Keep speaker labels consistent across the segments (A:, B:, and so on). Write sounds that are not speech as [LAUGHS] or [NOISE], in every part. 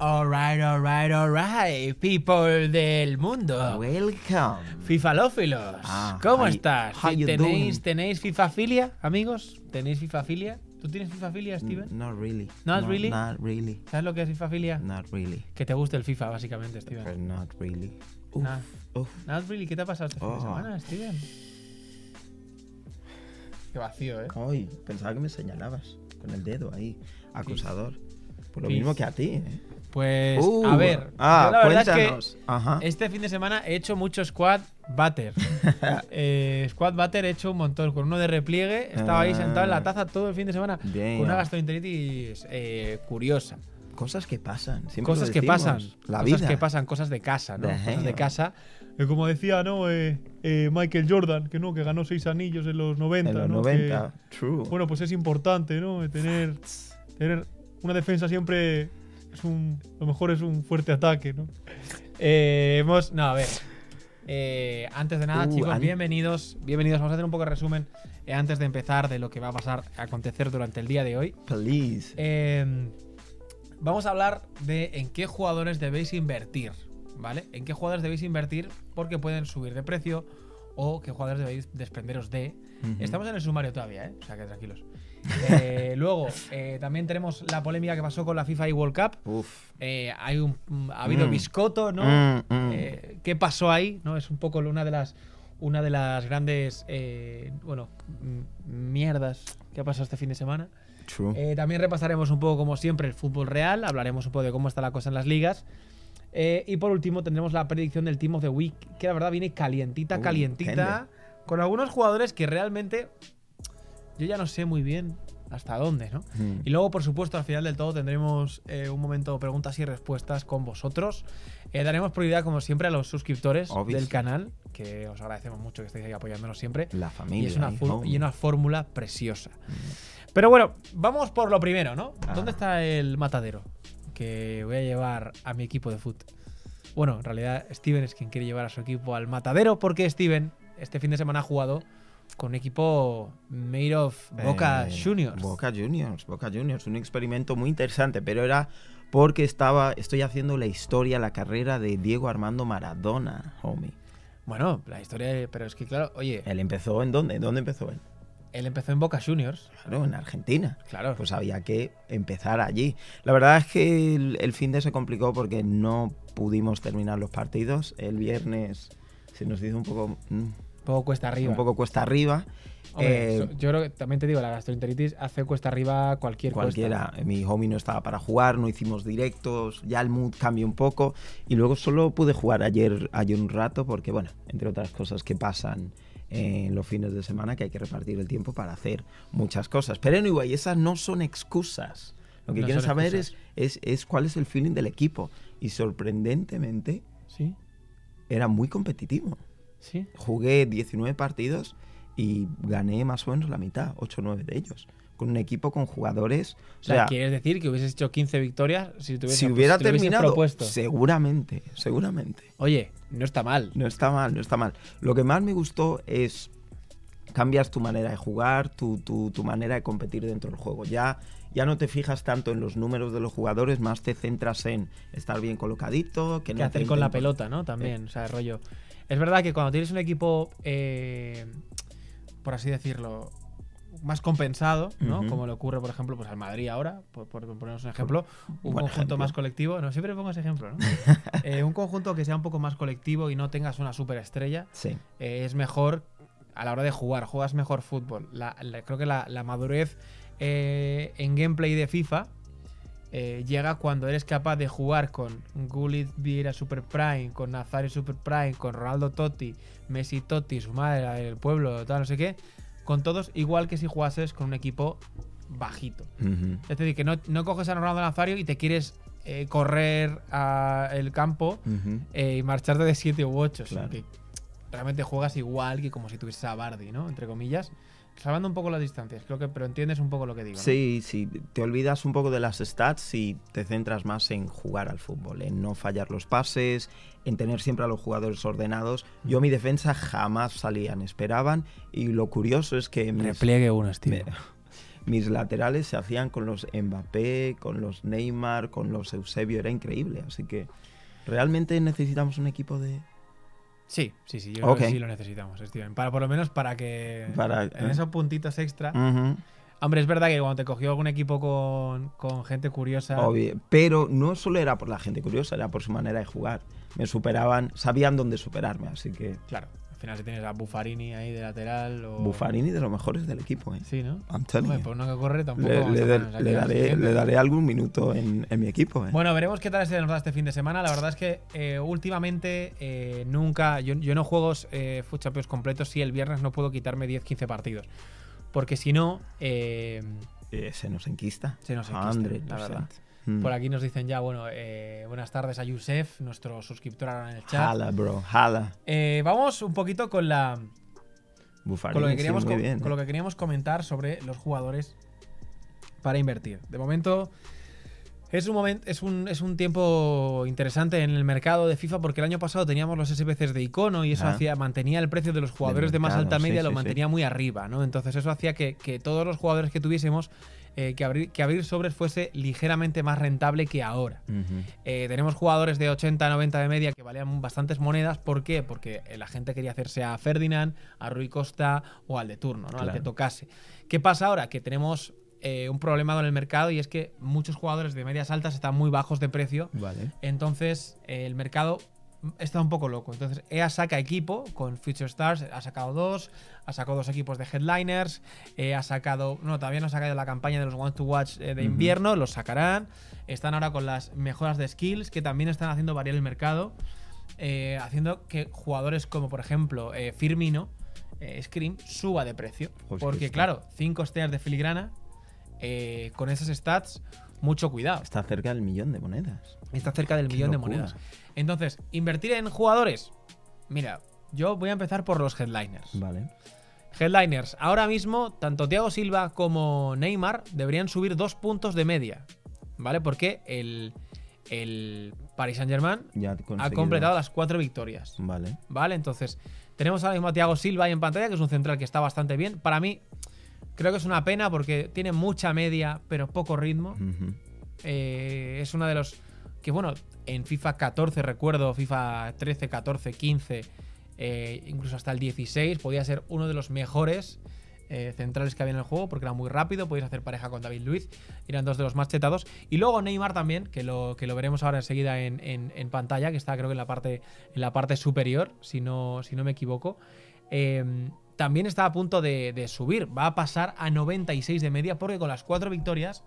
A: Alright, alright, alright, people del mundo.
B: Welcome.
A: Fifalófilos,
B: Ah,
A: ¿cómo
B: how you-
A: estás?
B: how you
A: ¿Tenéis,
B: doing?
A: ¿Tenéis fifafilia, amigos? ¿Tenéis fifafilia? ¿Tú tienes
B: Mm,
A: fifafilia, Steven?
B: N- Not really.
A: Not
B: No,
A: really?
B: Not really.
A: ¿Sabes lo que es fifafilia?
B: Not really.
A: Que te guste el FIFA, básicamente,
B: Pero
A: Steven. Ah.
B: not really. Uf,
A: Nah.
B: uf.
A: Not really, ¿qué te ha pasado esta
B: Oh.
A: semana, Steven? Qué vacío, ¿eh?
B: Ay, pensaba que me señalabas con el dedo ahí. Acusador. Por lo
A: Fis.
B: mismo que a ti, ¿eh?
A: Pues,
B: Uh,
A: a ver,
B: Ah,
A: yo la verdad es que
B: cuéntanos. Ajá.
A: Este fin de semana he hecho mucho squad
B: [LAUGHS]
A: batter. Eh, squad batter he hecho un montón, con uno de repliegue. Estaba ahí sentado en la taza todo el fin de semana
B: Bien.
A: con una gastroenteritis eh, curiosa.
B: Cosas que pasan. siempre
A: cosas
B: lo
A: que
B: decimos.
A: pasan.
B: La
A: cosas
B: vida.
A: que pasan, cosas de casa, ¿no?
B: The
A: Cosas de
B: hell.
A: casa. Eh, como decía, ¿no? Eh, eh, Michael Jordan, que no, que ganó seis anillos en los 90.
B: En los
A: ¿no?
B: 90. True.
A: Que, bueno, pues es importante, ¿no? Eh, Tener, tener una defensa siempre es un. Lo mejor es un fuerte ataque, ¿no? Eh, hemos. No, a ver. Eh, antes de nada,
B: Uh,
A: chicos,
B: an-
A: bienvenidos. Bienvenidos. Vamos a hacer un poco de resumen eh, antes de empezar de lo que va a pasar, a acontecer durante el día de hoy.
B: Please.
A: Eh, vamos a hablar de en qué jugadores debéis invertir, ¿vale? En qué jugadores debéis invertir porque pueden subir de precio o qué jugadores debéis desprenderos de.
B: Ujú.
A: Estamos en el sumario todavía, ¿eh? O sea que
B: [LAUGHS]
A: tranquilos. Eh, luego, eh, también tenemos la polémica que pasó con la FIFA y World Cup.
B: Uf.
A: Eh, hay un, ha habido
B: Mm.
A: biscoto, ¿no?
B: Mm, mm.
A: Eh, ¿Qué pasó ahí? ¿No? Es un poco una de las, una de las grandes, eh, bueno, m- mierdas que ha pasado este fin de semana.
B: True.
A: Eh, también repasaremos un poco, como siempre, el fútbol real. Hablaremos un poco de cómo está la cosa en las ligas. Eh, y por último, tendremos la predicción del Team of the Week, que la verdad viene calientita,
B: Uh,
A: calientita. Con algunos jugadores que realmente yo ya no sé muy bien hasta dónde, ¿no?
B: Mm.
A: Y luego, por supuesto, al final del todo tendremos eh, un momento de preguntas y respuestas con vosotros. Eh, daremos prioridad, como siempre, a los suscriptores
B: Obvio.
A: del canal, que os agradecemos mucho que estéis ahí apoyándonos siempre.
B: La familia. eh,
A: Y es una,
B: ahí,
A: fu-
B: home.
A: y una fórmula preciosa. Pero bueno, vamos por lo primero, ¿no?
B: Ah.
A: ¿Dónde está el matadero? Que voy a llevar a mi equipo de foot. Bueno, en realidad Steven es quien quiere llevar a su equipo al matadero porque Steven este fin de semana ha jugado con un equipo made of Boca
B: Eh,
A: Juniors.
B: Boca Juniors, Boca Juniors, un experimento muy interesante, pero era porque estaba, estoy haciendo la historia, la carrera de Diego Armando Maradona, homie.
A: Bueno, la historia, pero es que claro, oye,
B: Él empezó en dónde, ¿dónde empezó él?
A: él empezó en Boca Juniors.
B: Claro, en Argentina.
A: Claro.
B: Pues había que empezar allí. La verdad es que el, el fin de se complicó porque no pudimos terminar los partidos. El viernes se nos hizo un poco, mm,
A: un poco cuesta arriba.
B: un poco cuesta arriba.
A: Hombre,
B: Eh,
A: so- yo creo que también te digo, la gastroenteritis hace cuesta arriba cualquier
B: cualquiera.
A: cuesta.
B: Mi homie no estaba para jugar, no hicimos directos, ya el mood cambió un poco y luego solo pude jugar ayer, ayer un rato porque, bueno, entre otras cosas que pasan en los fines de semana que hay que repartir el tiempo para hacer muchas cosas. Pero anyway, esas no son excusas. Lo que
A: No
B: quiero
A: son
B: saber es,
A: excusas.
B: es, es cuál es el feeling del equipo y sorprendentemente
A: Sí,
B: era muy competitivo.
A: sí.
B: Jugué 19 partidos y gané más o menos la mitad, 8 o 9 de ellos. Con un equipo con jugadores.
A: O sea, ¿quieres decir que hubieses hecho 15 victorias si, te hubiese-
B: si hubiera
A: si te hubiesen
B: terminado,
A: propuesto?
B: seguramente, seguramente.
A: Oye, no está mal.
B: No está mal, no está mal. Lo que más me gustó es cambias tu manera de jugar, tu, tu- tu manera de competir dentro del juego. Ya, ya no te fijas tanto en los números de los jugadores, más te centras en estar bien colocadito, que
A: ¿Qué
B: no te
A: hacer con la
B: intenten-
A: pelota, no? También, o sea, rollo. Es verdad que cuando tienes un equipo, eh, por así decirlo, más compensado, ¿no?
B: Ujú.
A: Como le ocurre, por ejemplo, pues al Madrid ahora, por, por ponernos un ejemplo, un
B: buen
A: conjunto
B: ejemplo.
A: más colectivo. No, siempre pongo ese ejemplo,
B: [LAUGHS]
A: ¿no? Eh, un conjunto que sea un poco más colectivo y no tengas una superestrella,
B: Sí,
A: eh, es mejor a la hora de jugar, juegas mejor fútbol. La- la- creo que la, la madurez eh, en gameplay de FIFA eh, llega cuando eres capaz de jugar con Gullit Vieira Super Prime, con Nazario Super Prime, con Ronaldo Totti, Messi Totti, su madre, la del pueblo, tal, no sé qué, con todos, igual que si jugases con un equipo bajito.
B: ujú,
A: Es decir, que no, no coges a Ronaldo Nazario y te quieres eh, correr a el campo
B: ujú.
A: eh, y marcharte de 7 u 8, sino
B: Claro.
A: que realmente juegas igual que como si tuvieses a Bardi, ¿no? Entre comillas. salvando un poco las distancias, creo que, pero entiendes un poco lo que digo. ¿no?
B: Sí, sí, te olvidas un poco de las stats y te centras más en jugar al fútbol, en no fallar los pases, en tener siempre a los jugadores ordenados. Yo mi defensa jamás salían, esperaban y lo curioso es que mis,
A: Repliegue unos, tío.
B: me- [LAUGHS] mis laterales se hacían con los Mbappé, con los Neymar, con los Eusebio, era increíble, así que realmente necesitamos un equipo de...
A: Sí, sí, sí, yo
B: Ok.
A: creo que sí lo necesitamos, Steven. Para, por lo menos para que
B: Para- ¿eh? Mm.
A: en esos puntitos extra.
B: Ujú.
A: Hombre, es verdad que cuando te cogió algún equipo con, con gente curiosa.
B: Obvio. Pero no solo era por la gente curiosa, era por su manera de jugar. Me superaban, sabían dónde superarme, así que
A: Claro, al final si tienes a Buffarini ahí de lateral o.
B: Buffarini de los mejores del equipo. ¿eh?
A: Sí, ¿no?
B: I'm telling
A: Hombre,
B: you.
A: por uno que corre tampoco.
B: Le,
A: vamos
B: le
A: a
B: dar-
A: ponernos aquí
B: le
A: al
B: daré,
A: siguiente.
B: le daré algún minuto en, en mi equipo. ¿eh?
A: [LAUGHS] Bueno, veremos qué tal se nos da este fin de semana. La verdad es que eh, últimamente eh, nunca. Yo, yo no juego eh, FUT Champions completos si el viernes no puedo quitarme 10-15 partidos. Porque si no, eh,
B: Eh, se nos enquista.
A: Se nos enquista,
B: 100%.
A: la verdad.
B: Mm.
A: por aquí nos dicen ya, bueno, eh, buenas tardes a Yusef, nuestro suscriptor ahora en el chat.
B: Jala, bro, jala.
A: Eh, vamos un poquito con la
B: Buffarini,
A: con lo, que
B: sí,
A: queríamos,
B: muy
A: co-
B: bien,
A: con
B: ¿eh?
A: lo que queríamos comentar sobre los jugadores para invertir. De momento, es un, momento es, un, es un tiempo interesante en el mercado de FIFA porque el año pasado teníamos los SBCs de icono y eso
B: Ah.
A: hacía, mantenía el precio de los jugadores de más
B: mercado,
A: alta
B: sí,
A: media,
B: sí,
A: lo
B: sí.
A: mantenía muy arriba, ¿no? Entonces eso hacía que, que todos los jugadores que tuviésemos eh, que, abrir, que abrir sobres fuese ligeramente más rentable que ahora.
B: Ujú.
A: Eh, tenemos jugadores de 80, 90 de media que valían bastantes monedas. ¿Por qué? Porque eh, la gente quería hacerse a Ferdinand, a Rui Costa o al de turno, ¿no? al que
B: Claro.
A: tocase. ¿Qué pasa ahora? Que tenemos eh, un problema con el mercado y es que muchos jugadores de medias altas están muy bajos de precio.
B: Vale.
A: Entonces, eh, el mercado está un poco loco. Entonces, EA saca equipo con Future Stars, ha sacado dos, ha sacado dos equipos de headliners, eh, ha sacado, no, todavía no ha sacado la campaña de los One to Watch eh, de
B: Ujú.
A: invierno, los sacarán. Están ahora con las mejoras de skills que también están haciendo variar el mercado, eh, haciendo que jugadores como, por ejemplo, eh, Firmino, eh, Scream, suba de precio.
B: Pues
A: Porque,
B: justo.
A: claro, cinco estrellas de filigrana, eh, con esas stats, mucho cuidado.
B: Está cerca del millón de monedas.
A: Está cerca del
B: Qué
A: millón de
B: locura.
A: monedas. Entonces, invertir en jugadores. Mira, yo voy a empezar por los headliners.
B: Vale.
A: Headliners, ahora mismo, tanto Thiago Silva como Neymar deberían subir dos puntos de media. ¿Vale? Porque el, el Paris Saint Germain
B: Ya ha conseguido. Mm.
A: ha completado las cuatro victorias.
B: Vale.
A: ¿Vale? Entonces, tenemos ahora mismo a Thiago Silva ahí en pantalla, que es un central que está bastante bien. Para mí, creo que es una pena porque tiene mucha media, pero poco ritmo.
B: Ujú.
A: Eh, es una de los que, bueno, en FIFA 14, recuerdo, FIFA 13, 14, 15, eh, incluso hasta el 16, podía ser uno de los mejores eh, centrales que había en el juego porque era muy rápido, podías hacer pareja con David Luiz, eran dos de los más chetados. Y luego Neymar también, que lo, que lo veremos ahora enseguida en, en- en pantalla, que está creo que en la parte, en la parte superior, si no, si no me equivoco. Eh, también está a punto de, de subir, va a pasar a 96 de media porque con las cuatro victorias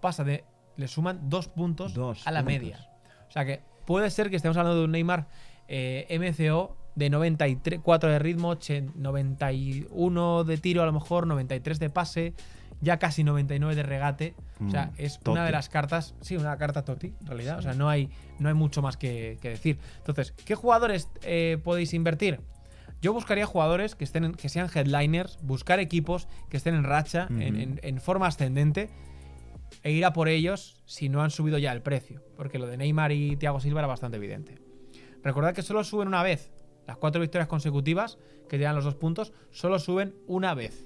A: pasa de, le suman dos puntos
B: Dos
A: a la
B: puntos.
A: media. O sea que puede ser que estemos hablando de un Neymar eh, MCO de 94 de ritmo, 80 91 de tiro a lo mejor, 93 de pase, ya casi 99 de regate. O sea,
B: Mm,
A: es una
B: Totti.
A: de las cartas, sí, una carta Toti, en realidad. O sea, no hay, no hay mucho más que, que decir. Entonces, ¿qué jugadores eh, podéis invertir? Yo buscaría jugadores que, estén en- que sean headliners, buscar equipos que estén en racha, en-
B: Ujú.
A: en- en forma ascendente, e ir a por ellos si no han subido ya el precio, porque lo de Neymar y Thiago Silva era bastante evidente. Recordad que solo suben una vez. Las cuatro victorias consecutivas, que te dan los dos puntos, solo suben una vez.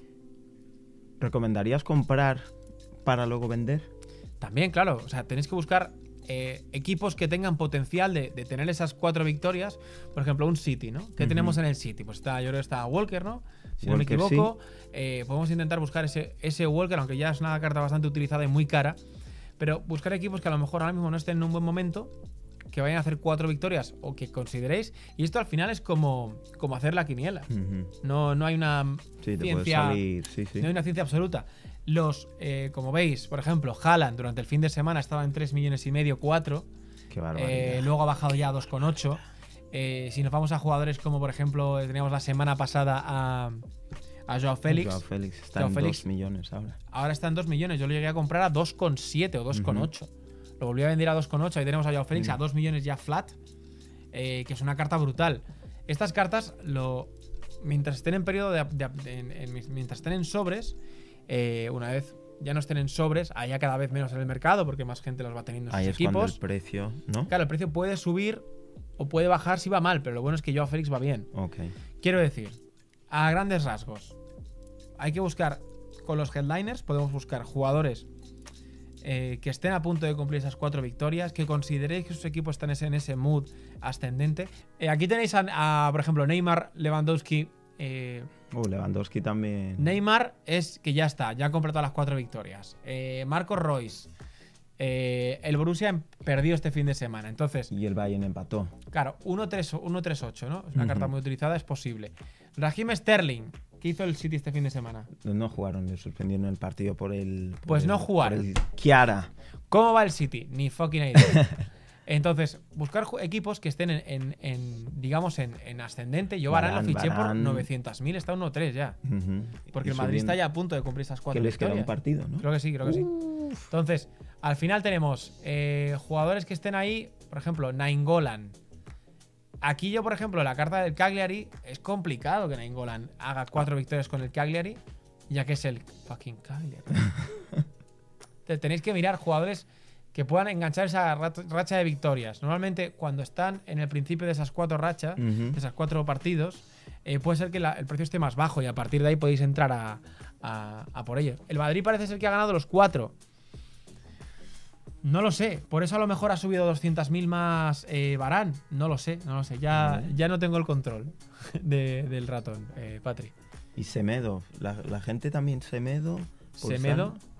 B: ¿Recomendarías comprar para luego vender?
A: También, claro, o sea, tenéis que buscar eh, equipos que tengan potencial de, de tener esas cuatro victorias. Por ejemplo, un City, ¿no? ¿Qué
B: Ujú.
A: tenemos en el City? Pues está, yo creo que está Walker, ¿no? Si no me
B: Walker,
A: equivoco. Eh, podemos intentar buscar ese, ese Walker, aunque ya es una carta bastante utilizada y muy cara. Pero buscar equipos que a lo mejor ahora mismo no estén en un buen momento, que vayan a hacer cuatro victorias o que consideréis. Y esto al final es como, como hacer la quiniela.
B: Ujú.
A: No, no hay una
B: Mm. Sí, te puede
A: ciencia
B: salir. Sí, sí.
A: no hay una ciencia absoluta. Los, eh, como veis, por ejemplo, Haaland durante el fin de semana estaba en 3 millones y medio, 4.
B: Qué barbaridad.
A: Eh, luego ha bajado ya a 2,8. Eh, si nos vamos a jugadores como, por ejemplo, eh, teníamos la semana pasada a, a Joao Félix,
B: Joao Félix está
A: Joao
B: en
A: Félix.
B: 2 millones ahora.
A: ahora está en 2 millones. Yo lo llegué a comprar a 2,7 o 2,8. Lo volví a vender a 2,8. Ahí tenemos a Joao Félix a 2 millones ya flat, eh, que es una carta brutal. Estas cartas lo mientras estén en periodo de, de- de- en- en- mientras estén en sobres, eh, una vez ya no estén en sobres, haya cada vez menos en el mercado porque más gente los va teniendo en
B: Ahí
A: sus
B: es cuando el
A: equipos.
B: precio, ¿no?
A: Claro, el precio puede subir o puede bajar si va mal, pero lo bueno es que Joao Félix va bien.
B: Ok.
A: Quiero decir, a grandes rasgos, hay que buscar con los headliners, podemos buscar jugadores eh, que estén a punto de cumplir esas cuatro victorias, que consideréis que sus equipos están en ese mood ascendente. Eh, aquí tenéis a, a, por ejemplo, Neymar, Lewandowski. eh,
B: Uh, Lewandowski también.
A: Neymar es que ya está, ya ha completado las cuatro victorias. Eh, Marco Royce. eh, el Borussia perdió este fin de semana. Entonces,
B: Y el Bayern empató.
A: Claro, 1-3-8, ¿no? Es una
B: Ujú.
A: carta muy utilizada, es posible. Raheem Sterling, ¿qué hizo el City este fin de semana?
B: No jugaron, le suspendieron el partido por el. por
A: Pues
B: el-
A: no jugaron.
B: por el Kiara.
A: ¿Cómo va el City? Ni fucking
B: [LAUGHS]
A: idea. Entonces, buscar ju- equipos que estén en, en- en, digamos, en, en ascendente. Yo Barán lo
B: Varane,
A: fiché por
B: Varane.
A: 900.000, está 1-3 ya.
B: Ujú.
A: Porque
B: Y
A: el Madrid está
B: subiendo.
A: ya a punto de cumplir esas cuatro
B: Que les queda un
A: victorias.
B: partido, ¿no?
A: Creo que sí, creo que sí. Entonces, al final tenemos eh, jugadores que estén ahí, por ejemplo, Nainggolan. Aquí yo, por ejemplo, la carta del Cagliari, es complicado que Nainggolan haga cuatro victorias con el Cagliari, ya que es el fucking Cagliari. Te- Tenéis que mirar jugadores que puedan enganchar esa rat- racha de victorias. Normalmente, cuando están en el principio de esas cuatro rachas,
B: Ujú.
A: de esas cuatro partidos, eh, puede ser que la- el precio esté más bajo y a partir de ahí podéis entrar a, a- a por ellos. El Madrid parece ser que ha ganado los cuatro. No lo sé, por eso a lo mejor ha subido 200.000 más eh, Barán. No lo sé, no lo sé. Ya,
B: Vale.
A: ya no tengo el control [LAUGHS] de- del ratón, eh, Patri.
B: Y Semedo. La, la gente también Semedo. por
A: Semedo.
B: San-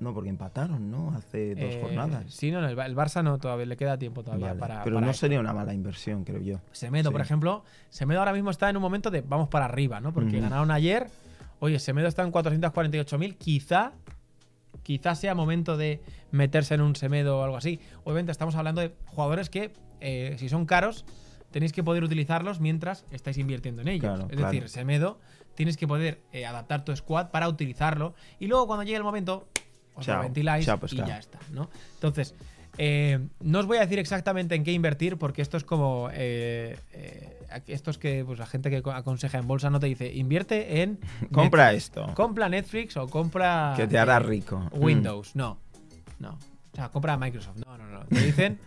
B: No, porque empataron, ¿no? Hace dos
A: eh,
B: jornadas.
A: Sí, no, no, el, Ba- el Barça no, todavía le queda tiempo todavía
B: Vale,
A: para.
B: Pero
A: para
B: no
A: esto.
B: sería una mala inversión, creo yo.
A: Semedo, por
B: Sí.
A: ejemplo, Semedo ahora mismo está en un momento de vamos para arriba, ¿no? Porque
B: Ujú.
A: ganaron ayer. Oye, Semedo está en 448.000. Quizá, quizá sea momento de meterse en un Semedo o algo así. Obviamente estamos hablando de jugadores que, eh, si son caros, tenéis que poder utilizarlos mientras estáis invirtiendo en ellos.
B: Claro,
A: es
B: claro.
A: decir, Semedo, tienes que poder eh, adaptar tu squad para utilizarlo. Y luego cuando llegue el momento, os lo
B: Chao,
A: ventiláis
B: chao, pues,
A: y
B: claro.
A: ya está, ¿no? Entonces, eh, no os voy a decir exactamente en qué invertir, porque esto es como. eh, eh, aquí- estos que pues, la gente que co- aconseja en bolsa no te dice, invierte en.
B: [LAUGHS] Compra
A: Netflix".
B: esto.
A: Compra Netflix o compra.
B: que te hará
A: eh,
B: rico. Mm.
A: Windows, no. No. O sea, compra Microsoft. No, no, no. Te dicen,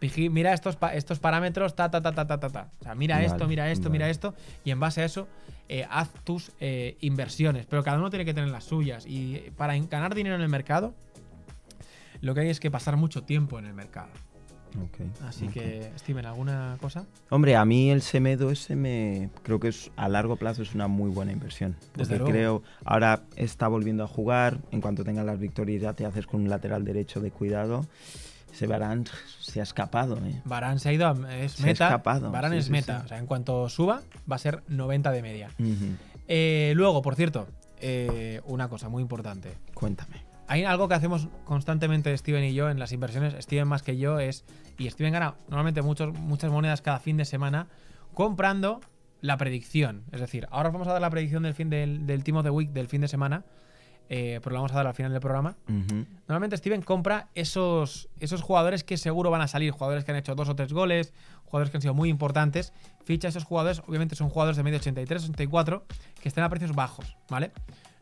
A: "Vigi- mira estos, pa- estos parámetros, ta, ta, ta, ta, ta, ta, ta. O sea, mira
B: Vale,
A: esto, mira esto,
B: vale.
A: mira esto. Y en base a eso, eh, haz tus eh, inversiones. Pero cada uno tiene que tener las suyas. Y eh, para en- ganar dinero en el mercado, lo que hay es que pasar mucho tiempo en el mercado.
B: Ok,
A: Así
B: ok.
A: que, Steven, ¿alguna cosa?
B: Hombre, a mí el Semedo ese me creo que es a largo plazo es una muy buena inversión. Porque
A: Desde luego.
B: creo ahora está volviendo a jugar, en cuanto tenga las victorias ya te haces con un lateral derecho de cuidado. Ese Barán se ha escapado, eh.
A: Barán se ha ido, a- es
B: Se ha
A: meta.
B: escapado,
A: Barán
B: sí,
A: es
B: sí,
A: meta.
B: sí.
A: O sea, en cuanto suba, va a ser 90 de media.
B: Ujú.
A: Eh, luego, por cierto, eh, una cosa muy importante.
B: Cuéntame.
A: Hay algo que hacemos constantemente Steven y yo en las inversiones, Steven más que yo, es. Y Steven gana normalmente muchos, muchas monedas cada fin de semana comprando la predicción. Es decir, ahora os vamos a dar la predicción del fin del, del Team of the Week del fin de semana. eh, pero la vamos a dar al final del programa.
B: Ujú.
A: Normalmente Steven compra esos, esos jugadores que seguro van a salir, jugadores que han hecho dos o tres goles, jugadores que han sido muy importantes. Ficha a esos jugadores, obviamente son jugadores de medio 83, 84, que están a precios bajos, ¿vale?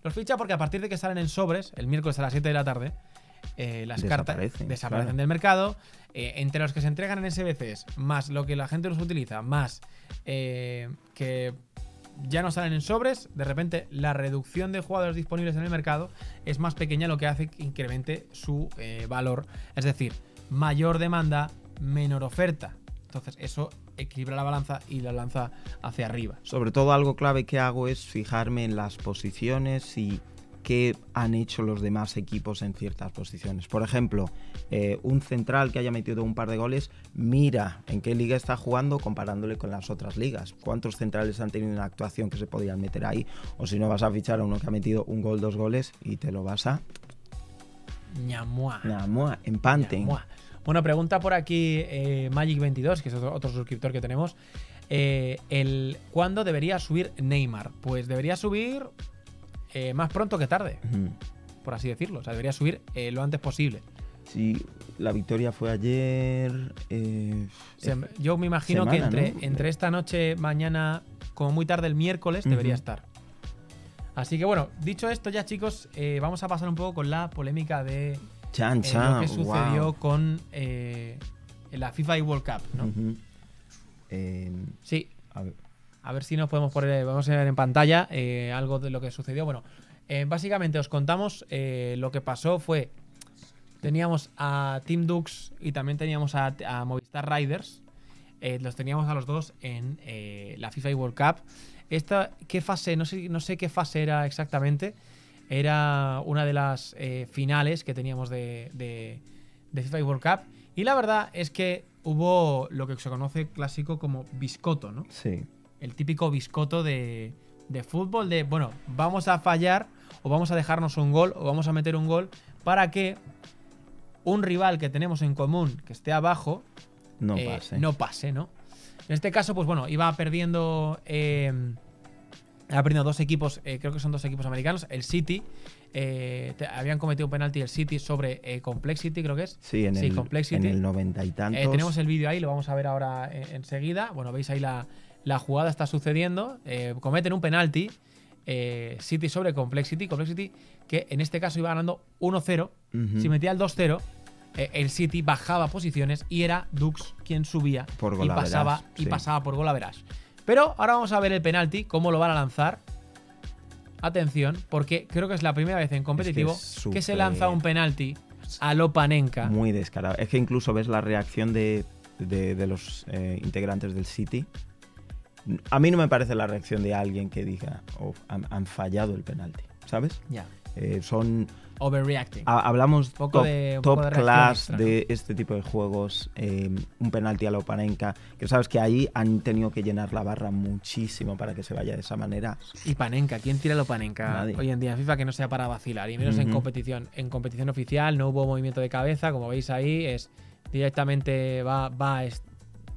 A: Los ficha porque a partir de que salen en sobres, el miércoles a las 7 de la tarde, eh, las cartas
B: Desaparecen,
A: desaparecen
B: claro.
A: del mercado. eh, entre los que se entregan en SBCs, más lo que la gente los utiliza, más eh, que ya no salen en sobres, de repente la reducción de jugadores disponibles en el mercado es más pequeña, lo que hace que incremente su eh, valor. Es decir, mayor demanda, menor oferta. Entonces eso equilibra la balanza y la lanza hacia arriba.
B: Sobre todo algo clave que hago es fijarme en las posiciones y qué han hecho los demás equipos en ciertas posiciones. Por ejemplo, eh, un central que haya metido un par de goles, mira en qué liga está jugando comparándole con las otras ligas. ¿Cuántos centrales han tenido una actuación que se podían meter ahí? O si no vas a fichar a uno que ha metido un gol, dos goles y te lo vas a...
A: Ñamua.
B: Namua, empante.
A: Mua. Bueno, pregunta por aquí eh, Magic22, que es otro, otro suscriptor que tenemos. Eh, el, ¿Cuándo debería subir Neymar? Pues debería subir eh, más pronto que tarde,
B: Ujú.
A: por así decirlo. O sea, debería subir eh, lo antes posible.
B: Sí, la victoria fue ayer. eh,
A: Se- yo me imagino que
B: semana,
A: entre,
B: ¿no?
A: entre esta noche, mañana, como muy tarde el miércoles,
B: Ujú.
A: debería estar. Así que bueno, dicho esto ya chicos, eh, vamos a pasar un poco con la polémica de eh,
B: chan,
A: lo
B: chan.
A: que sucedió
B: guau.
A: con eh, la FIFA y World Cup, ¿no?
B: Ujú. Eh,
A: Sí,
B: a ver,
A: A ver si nos podemos poner, vamos a ver en pantalla eh, algo de lo que sucedió. Bueno, eh, básicamente os contamos eh, lo que pasó fue, teníamos a Team Dux y también teníamos a, a Movistar Riders, Eh, los teníamos a los dos en eh, la FIFA y World Cup. Esta, ¿qué fase? No sé, no sé qué fase era exactamente. Era una de las eh, finales que teníamos de, de- de FIFA y World Cup. Y la verdad es que hubo lo que se conoce clásico como biscoto, ¿no?
B: sí.
A: el típico biscoto de, de fútbol de, bueno, vamos a fallar o vamos a dejarnos un gol o vamos a meter un gol para que un rival que tenemos en común que esté abajo
B: No
A: eh,
B: pase.
A: no pase, ¿no? En este caso, pues bueno, iba perdiendo. eh, ha perdido dos equipos, eh, creo que son dos equipos americanos. El City, eh, te- habían cometido un penalti el City sobre eh, Complexity, creo que es.
B: Sí, en,
A: sí,
B: el,
A: Complexity.
B: en el noventa y tantos.
A: Eh, tenemos el vídeo ahí, lo vamos a ver ahora eh, enseguida. Bueno, veis ahí la, la jugada está sucediendo. Eh, cometen un penalti. eh, City sobre Complexity. Complexity que en este caso iba ganando 1-0.
B: Ujú.
A: Si metía el 2-0, eh, el City bajaba posiciones y era Dux quien subía
B: Por
A: y,
B: gol a
A: pasaba,
B: verás,
A: y
B: sí.
A: pasaba por gol a verás. Pero ahora vamos a ver el penalti, cómo lo van a lanzar. Atención, porque creo que es la primera vez en competitivo
B: es
A: que se
B: súper-
A: lanza un penalti a Lopanenka.
B: Muy descarado. Es que incluso ves la reacción de, de- de los eh, integrantes del City. A mí no me parece la reacción de alguien que diga, "Oh, han, han fallado el penalti, ¿sabes?
A: Ya.
B: Eh, son
A: Overreacting.
B: ha- hablamos
A: Poco
B: top,
A: de- un
B: top
A: poco de reacción
B: class
A: extra, ¿no?
B: de este tipo de juegos, eh, un penalti a la Oparenca, que sabes que ahí han tenido que llenar la barra muchísimo para que se vaya de esa manera.
A: Y Panenka, ¿quién tira lo Panenka
B: Nadie.
A: hoy en día en FIFA que no sea para vacilar? Y menos en
B: Ujú.
A: competición. En competición oficial no hubo movimiento de cabeza, como veis ahí, es directamente va, va es-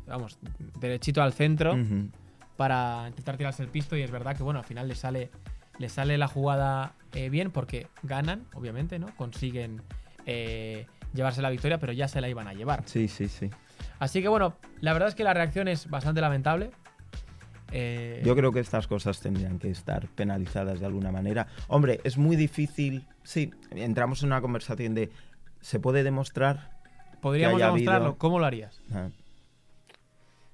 A: vamos, derechito al centro
B: Ujú.
A: para intentar tirarse el pisto. Y es verdad que bueno, al final le sale, le sale la jugada eh, bien porque ganan, obviamente, ¿no? Consiguen eh, llevarse la victoria, pero ya se la iban a llevar.
B: Sí, sí, sí.
A: Así que bueno, la verdad es que la reacción es bastante lamentable. Eh,
B: Yo creo que estas cosas tendrían que estar penalizadas de alguna manera. Hombre, es muy difícil. Sí, entramos en una conversación de. ¿Se puede demostrar?
A: Podríamos
B: haya
A: demostrarlo.
B: habido-
A: ¿Cómo lo harías?
B: Ah.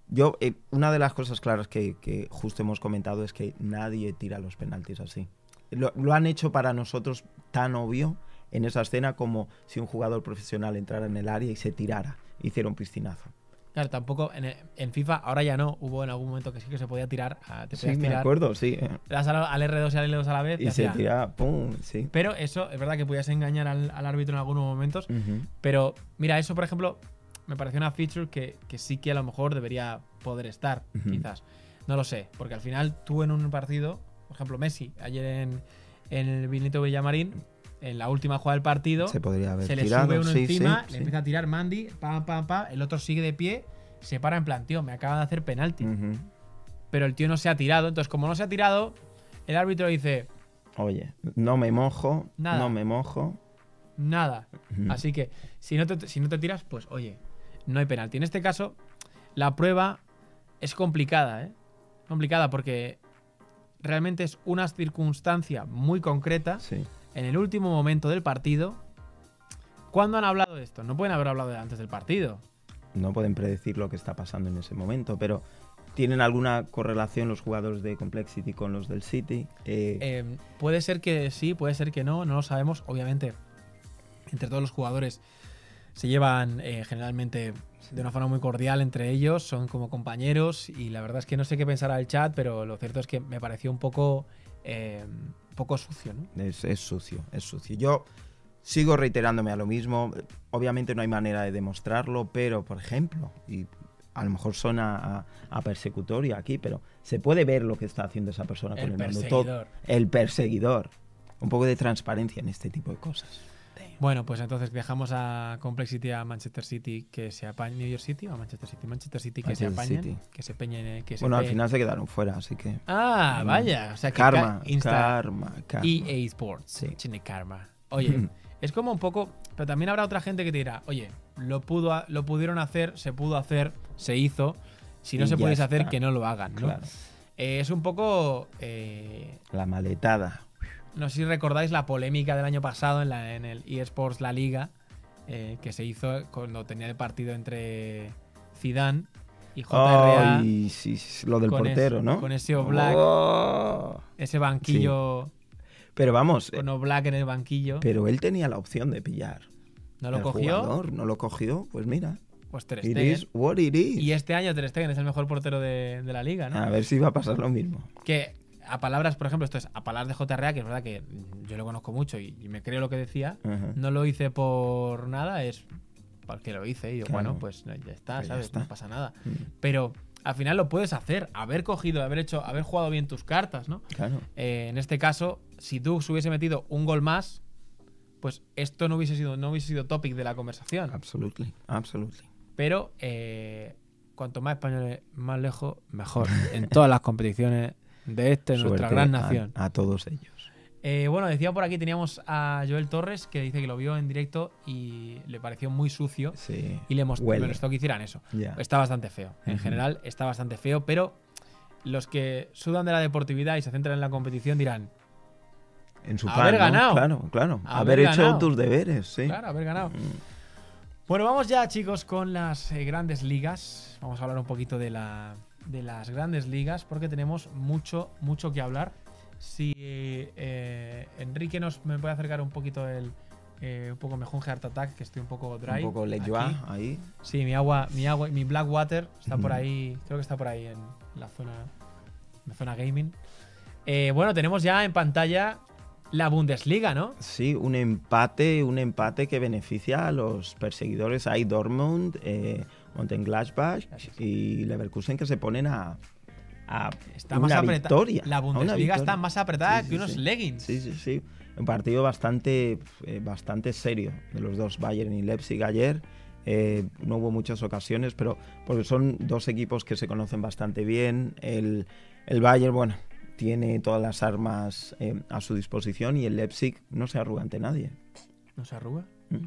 B: Yo, eh, una de las cosas claras que, que justo hemos comentado es que nadie tira los penaltis así. Lo, lo han hecho para nosotros tan obvio en esa escena como si un jugador profesional entrara en el área y se tirara, hiciera un piscinazo.
A: Claro, tampoco en, en FIFA, ahora ya no, hubo en algún momento que sí que se podía tirar, a, te
B: Sí,
A: podías
B: me
A: tirar,
B: acuerdo, sí. eh.
A: le das al, al R2 y al L2 a la vez, y
B: Y se
A: hacía.
B: tiraba, ¡pum! Sí.
A: Pero eso, es verdad que podías engañar al, al árbitro en algunos momentos,
B: Ujú.
A: pero mira, eso por ejemplo, me pareció una feature que, que sí que a lo mejor debería poder estar,
B: Ujú.
A: quizás. No lo sé, porque al final tú en un partido, por ejemplo Messi, ayer en, en el Benito Villamarín, en la última jugada del partido,
B: Se podría haber
A: se le
B: tirado.
A: sube uno
B: Pues sí, sí,
A: encima, le
B: sí.
A: empieza a tirar Mandy, pam, pam, pam, el otro sigue de pie, se para en plan, tío, me acaba de hacer penalti.
B: Ujú.
A: Pero el tío no se ha tirado, entonces como no se ha tirado, el árbitro dice,
B: Oye, no me mojo,
A: Nada.
B: no me mojo.
A: nada.
B: Ujú.
A: Así que si no, te, si no te tiras, pues oye, no hay penalti. En este caso, la prueba es complicada, ¿eh? Complicada porque realmente es una circunstancia muy concreta.
B: Sí.
A: en el último momento del partido. ¿Cuándo han hablado de esto? No pueden haber hablado de antes del partido.
B: No pueden predecir lo que está pasando en ese momento, pero ¿tienen alguna correlación los jugadores de Complexity con los del City? Eh,
A: Eh, puede ser que sí, puede ser que no, no lo sabemos. Obviamente, entre todos los jugadores se llevan eh, generalmente de una forma muy cordial entre ellos, son como compañeros y la verdad es que no sé qué pensará el chat, pero lo cierto es que me pareció un poco, eh, un poco sucio, ¿no?
B: Es, es sucio, es sucio. Yo sigo reiterándome a lo mismo. Obviamente no hay manera de demostrarlo, pero por ejemplo, y a lo mejor suena a, a persecutorio aquí, pero se puede ver lo que está haciendo esa persona con
A: El
B: el mando.
A: perseguidor.
B: el perseguidor. Un poco de transparencia en este tipo de cosas.
A: Bueno, pues entonces dejamos a Complexity a Manchester City que se apañen. New York City o a Manchester City. Manchester City que se
B: Manchester
A: apañen.
B: City.
A: Que se peñen. eh, Que se
B: Bueno, al
A: pe-
B: final se quedaron fuera, así que.
A: Ah,
B: Mm.
A: vaya. O sea, que
B: Karma,
A: ca- Insta eh,
B: karma, karma.
A: EA Sports.
B: Sí. [LAUGHS]
A: Tiene karma. Oye, Es como un poco. Pero también habrá otra gente que te dirá, oye, lo, pudo, ha- lo pudieron hacer, se pudo hacer, se hizo. Si no
B: Y
A: se
B: ya
A: puede hacer,
B: está.
A: que no lo hagan, ¿no?
B: Claro.
A: Eh, es un poco. eh,
B: La maletada.
A: no sé si recordáis la polémica del año pasado en, la, en el eSports La Liga, eh, que se hizo cuando tenía el partido entre Zidane y JRA.
B: Ay, sí, sí, lo del
A: con ese-
B: portero, ¿no?
A: con ese Oblak.
B: Oh.
A: Ese banquillo
B: Pero vamos, eh,
A: con Oblak en el banquillo.
B: pero él tenía la opción de pillar.
A: no lo
B: El
A: cogió.
B: jugador no lo cogió, pues mira.
A: Pues Ter
B: It
A: Stegen.
B: is what it is.
A: Y este año Ter Stegen es el mejor portero de, de la liga, ¿no?
B: A ver si va a pasar lo mismo.
A: Que a palabras, por ejemplo, esto es a palabras de JRA, que es verdad que mm, yo lo conozco mucho y, y me creo lo que decía.
B: Ajá.
A: No lo hice por nada, es porque lo hice y digo,
B: Claro.
A: bueno, pues no, ya está,
B: Pues ya
A: ¿sabes?
B: está.
A: No pasa nada.
B: Mm,
A: Pero al final lo puedes hacer, haber cogido, haber hecho, haber jugado bien tus cartas, ¿no?
B: Claro.
A: Eh, en este caso, si Dux hubiese metido un gol más, pues esto no hubiese sido, no hubiese sido topic de la conversación.
B: Absolutely. Absolutely.
A: Pero eh, cuanto más españoles más lejos, mejor. En todas las competiciones de este, nuestra
B: Suerte
A: gran
B: a-
A: nación.
B: A, todos ellos.
A: Eh, bueno, decía por aquí, teníamos a Joel Torres que dice que lo vio en directo y le pareció muy sucio
B: Sí.
A: y le mostró,
B: Huele.
A: me molestó que hicieran eso.
B: Ya.
A: Está bastante feo. En
B: Ujú.
A: general, está bastante feo, pero los que sudan de la deportividad y se centran en la competición dirán,
B: En su
A: haber
B: pan, ¿no?
A: ganado.
B: Claro, claro.
A: Haber
B: Haber,
A: ganado.
B: hecho tus deberes, sí.
A: claro, haber ganado.
B: Mm,
A: Bueno, vamos ya, chicos, con las eh, grandes ligas. Vamos a hablar un poquito de, la, de las grandes ligas porque tenemos mucho, mucho que hablar. Si eh, Enrique nos me puede acercar un poquito el. eh, un poco me junge Heart Attack, que estoy un poco
B: Un
A: dry.
B: poco
A: aquí.
B: Lejoie ahí.
A: Sí, mi agua, mi agua, mi Black Water está por
B: Mm.
A: ahí. Creo que está por ahí en la zona. en la zona gaming. Eh, bueno, tenemos ya en pantalla la Bundesliga, ¿no?
B: Sí, un empate, un empate que beneficia a los perseguidores. Hay Dortmund, eh, Mönchengladbach y Leverkusen que se ponen a, a
A: Está
B: una
A: más apretada.
B: victoria. a
A: La
B: una
A: Bundesliga está
B: victoria.
A: más apretada
B: Sí, sí,
A: que unos
B: sí.
A: leggings.
B: Sí, sí, sí. Un partido bastante, eh, bastante serio de los dos, Bayern y Leipzig ayer. Eh, no hubo muchas ocasiones, pero porque son dos equipos que se conocen bastante bien. El, el Bayern, bueno, tiene todas las armas eh, a su disposición y el Leipzig no se arruga ante nadie.
A: ¿No se arruga?
B: Mm.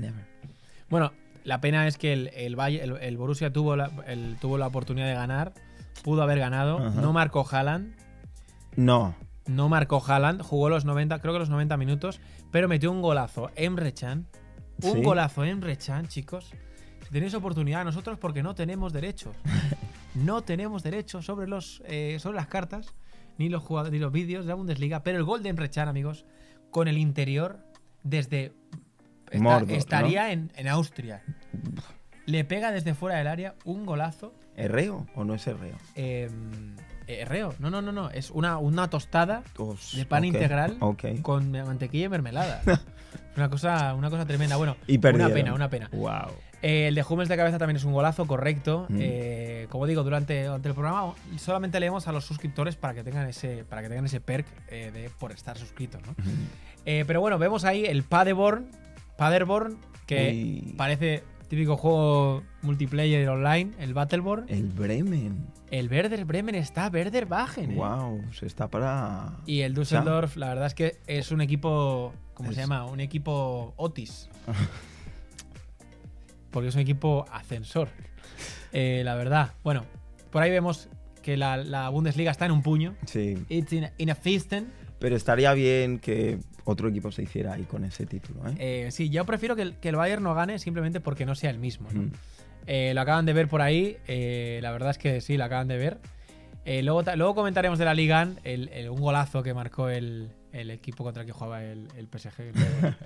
B: Never.
A: Bueno, la pena es que el, el, Bayer- el- el Borussia tuvo la, el- tuvo la oportunidad de ganar, pudo haber ganado,
B: Ajá.
A: no marcó Haaland,
B: No,
A: no marcó Haaland, jugó los 90, creo que los 90 minutos, pero metió un golazo Emre Chan, un
B: Sí.
A: golazo Emre Chan, chicos. Si tenéis oportunidad, nosotros porque no tenemos
B: [LAUGHS]
A: derechos. No tenemos derechos sobre, los, eh, sobre las cartas, ni los, jugado- ni los vídeos de la Bundesliga, pero el gol de Emre Can, amigos, con el interior desde... esta-
B: Mordor, ¿no?
A: estaría en, en Austria. Le pega desde fuera del área un golazo.
B: ¿Herreo o no es herreo?
A: eh, Herreo. No, no, no, no. Es una, una tostada
B: Os-
A: De pan
B: ok,
A: integral
B: ok.
A: con mantequilla y
B: [LAUGHS]
A: mermelada. una, cosa, una cosa tremenda. Bueno,
B: Y perdieron.
A: una pena, una pena.
B: Wow.
A: Eh, el de Hummels de cabeza también es un golazo, correcto.
B: Mm.
A: Eh, como digo, durante, durante el programa solamente leemos a los suscriptores para que tengan ese, para que tengan ese perk eh, de, por estar suscritos. ¿no? Eh, pero bueno, vemos ahí el Paderborn, Paderborn que
B: Uy.
A: parece típico juego multiplayer online, el Battleborn.
B: El Bremen.
A: El Werder Bremen está Werder Bajen. eh.
B: Wow, se está para.
A: Y el Düsseldorf, la verdad es que es un equipo. ¿Cómo se
B: Es-
A: llama? Un equipo Otis. Porque es un equipo ascensor. Eh, la verdad. Bueno, por ahí vemos que la, la Bundesliga está en un puño.
B: Sí,
A: It's in a, in a fisten.
B: Pero estaría bien que otro equipo se hiciera ahí con ese título, ¿eh?
A: Eh, sí, yo prefiero que el, que el Bayern no gane simplemente porque no sea el mismo. ¿no?
B: Mm.
A: Eh, lo acaban de ver por ahí. eh, la verdad es que sí, lo acaban de ver. Eh, luego, ta- luego comentaremos de la Liga el, el- un golazo que marcó el, el equipo contra el que jugaba el, el PSG. pero
B: [LAUGHS]
A: bueno.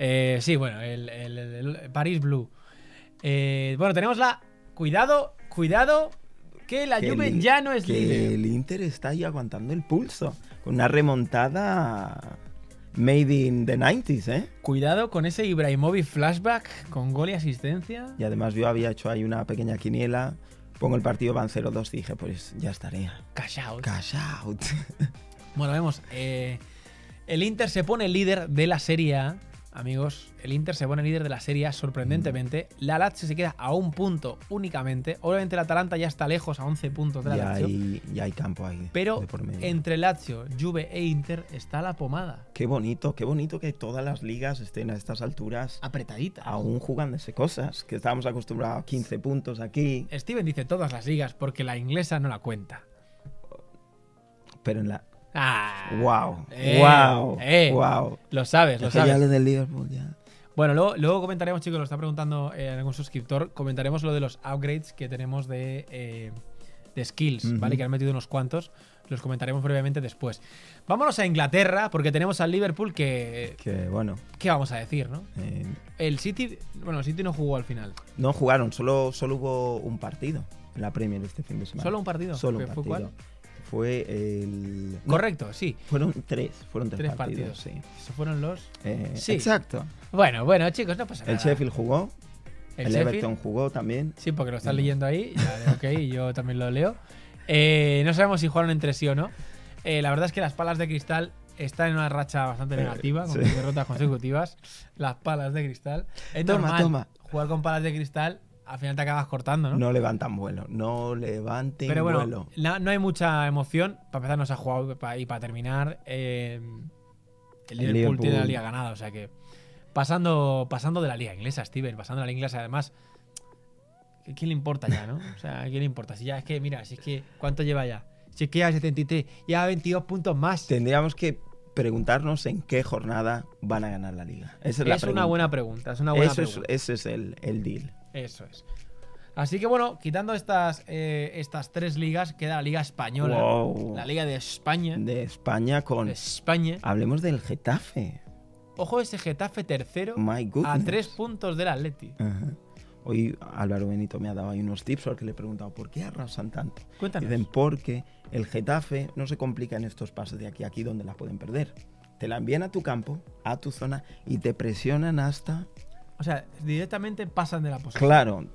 A: Eh, sí, bueno, el, el- el- el Paris Blue. Eh, bueno, tenemos la. Cuidado, cuidado, que la
B: Que
A: Juve
B: li-
A: ya no es
B: que
A: líder.
B: el Inter está ahí aguantando el pulso. Con una remontada made in the 90s, ¿eh?
A: Cuidado con ese Ibrahimovic flashback con gol y asistencia.
B: Y además yo había hecho ahí una pequeña quiniela. Pongo el partido van 0-2, dije, pues ya estaría.
A: Cash out.
B: Cash out.
A: Bueno, vemos. eh, el Inter se pone líder de la Serie A Amigos, el Inter se pone líder de la Serie A sorprendentemente.
B: Mm.
A: La Lazio se queda a un punto únicamente. Obviamente el Atalanta ya está lejos, a 11 puntos de la
B: Ya
A: Lazio.
B: hay, ya hay campo ahí.
A: Pero
B: de por medio.
A: entre Lazio, Juve e Inter está la pomada.
B: Qué bonito, qué bonito que todas las ligas estén a estas alturas
A: Apretadita.
B: aún jugándose cosas, que estábamos acostumbrados a 15 puntos aquí,
A: Steven dice todas las ligas porque la inglesa no la cuenta.
B: pero en la...
A: Ah,
B: ¡Wow!
A: eh,
B: ¡Wow!
A: eh,
B: ¡Wow!
A: Lo sabes, lo
B: Es que ya
A: sabes.
B: lo del Liverpool ya...
A: Bueno, luego, luego comentaremos, chicos, lo está preguntando eh, algún suscriptor, comentaremos lo de los upgrades que tenemos de, eh, de skills,
B: Ujú.
A: ¿vale? Que han metido unos cuantos, los comentaremos brevemente después. Vámonos a Inglaterra, porque tenemos al Liverpool que...
B: Que bueno,
A: ¿Qué vamos a decir, no?
B: eh,
A: El City, bueno, el City no jugó al final.
B: no jugaron, solo, solo hubo un partido en la Premier este fin de semana.
A: ¿Solo un partido?
B: Solo
A: ¿Fue-
B: un
A: fue
B: partido.
A: cuál?
B: Fue el... no,
A: Correcto, sí.
B: fueron tres, fueron tres,
A: Tres
B: partidos,
A: partidos.
B: sí.
A: Se fueron los...
B: Eh,
A: Sí.
B: Exacto.
A: Bueno, bueno, chicos, no pasa nada.
B: El Sheffield jugó,
A: El
B: el,
A: Sheffield.
B: Everton jugó también.
A: Sí, porque lo estás
B: Mm.
A: leyendo ahí. ya leo, ok, y yo también lo leo. Eh, no sabemos si jugaron entre sí o no. Eh, la verdad es que las palas de cristal están en una racha bastante
B: Eh,
A: negativa, con
B: sí.
A: dos derrotas consecutivas. Las palas de cristal. Es
B: Toma,
A: normal
B: toma.
A: jugar con palas de cristal, al final te acabas cortando, ¿no?
B: No levantan vuelo, no levanten
A: Pero bueno,
B: vuelo.
A: na- no hay mucha emoción. Para empezar, no se ha jugado y pa- y para terminar, eh, el
B: El
A: Liverpool,
B: Liverpool.
A: tiene la liga ganada. O sea que pasando, pasando de la liga inglesa, Steven, pasando de la liga inglesa, además, ¿a ¿quién le importa ya, no? O sea, ¿a quién le importa? Si ya es que, mira, si es que, ¿cuánto lleva ya? Si es que ya 73, ya 22 puntos más.
B: Tendríamos que preguntarnos en qué jornada van a ganar la liga. Esa es, la
A: es una
B: pregunta.
A: buena pregunta, es una buena
B: Eso es- eh.
A: pregunta.
B: ese es el, el deal.
A: Eso es. Así que bueno, quitando estas, eh, estas tres ligas, queda la Liga Española,
B: Wow.
A: la ¿eh? Liga de España,
B: De España con...
A: España.
B: Hablemos del Getafe.
A: Ojo ese Getafe tercero
B: My
A: a
B: goodness.
A: tres puntos del Atleti.
B: Ajá. Hoy Álvaro Benito me ha dado ahí unos tips porque le he preguntado por qué arrasan tanto.
A: Cuéntanos.
B: Dicen porque el Getafe no se complica en estos pasos de aquí a aquí donde la pueden perder. Te la envían a tu campo, a tu zona y te presionan hasta
A: O sea, directamente pasan de la posición.
B: Claro,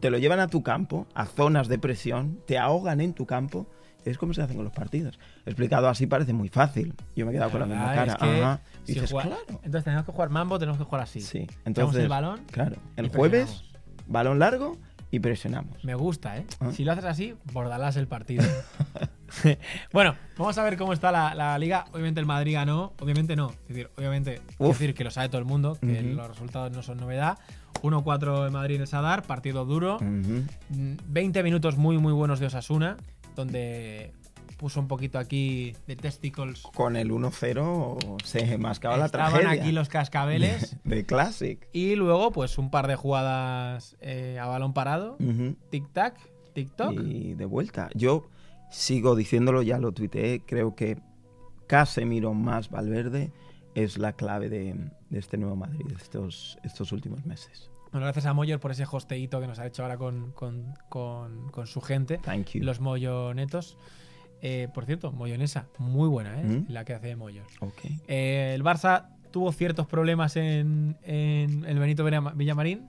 B: te lo llevan a tu campo, a zonas de presión, te ahogan en tu campo. Es como se hacen con los partidos. Explicado así parece muy fácil. Yo me he quedado con la misma cara.
A: verdad Ah, es que
B: Ajá.
A: si
B: Y dices,
A: juega-
B: claro.
A: Entonces tenemos que jugar mambo, tenemos que jugar así.
B: Sí.
A: Tenemos
B: Entonces,
A: el balón.
B: claro,
A: y
B: el jueves,
A: presionamos.
B: balón largo y presionamos.
A: Me gusta, ¿eh?
B: Ah.
A: Si lo haces así, bordalás el
B: [LAUGHS]
A: partido. [LAUGHS] bueno, vamos a ver cómo está la, la liga. Obviamente el Madrid ganó, obviamente no. Es decir, obviamente, es
B: Uf.
A: decir que lo sabe todo el mundo, que
B: Ujú.
A: los resultados no son novedad. 1-4 en Madrid en el Sadar, partido duro.
B: Ujú.
A: Mm, 20 minutos muy, muy buenos de Osasuna, donde puso un poquito aquí de testicles.
B: Con el 1-0 se mascaba la
A: Estaban
B: tragedia.
A: aquí los cascabeles.
B: [LAUGHS] De Classic.
A: y luego, pues un par de jugadas eh, a balón parado.
B: Ujú.
A: Tic-tac, tic-toc.
B: Y de vuelta. Yo sigo diciéndolo, ya lo tuiteé, creo que Casemiro más Valverde es la clave de, de este nuevo Madrid estos, estos últimos meses.
A: Bueno, gracias a Moyer por ese hosteíto que nos ha hecho ahora con, con- con- con su gente.
B: Thank you.
A: Los Moyonetos. Eh, por cierto, Moyonesa, muy buena, ¿eh?
B: ¿Mm?
A: La que hace de Moyor.
B: Ok.
A: Eh, el Barça tuvo ciertos problemas en, en el Benito Villama- Villamarín.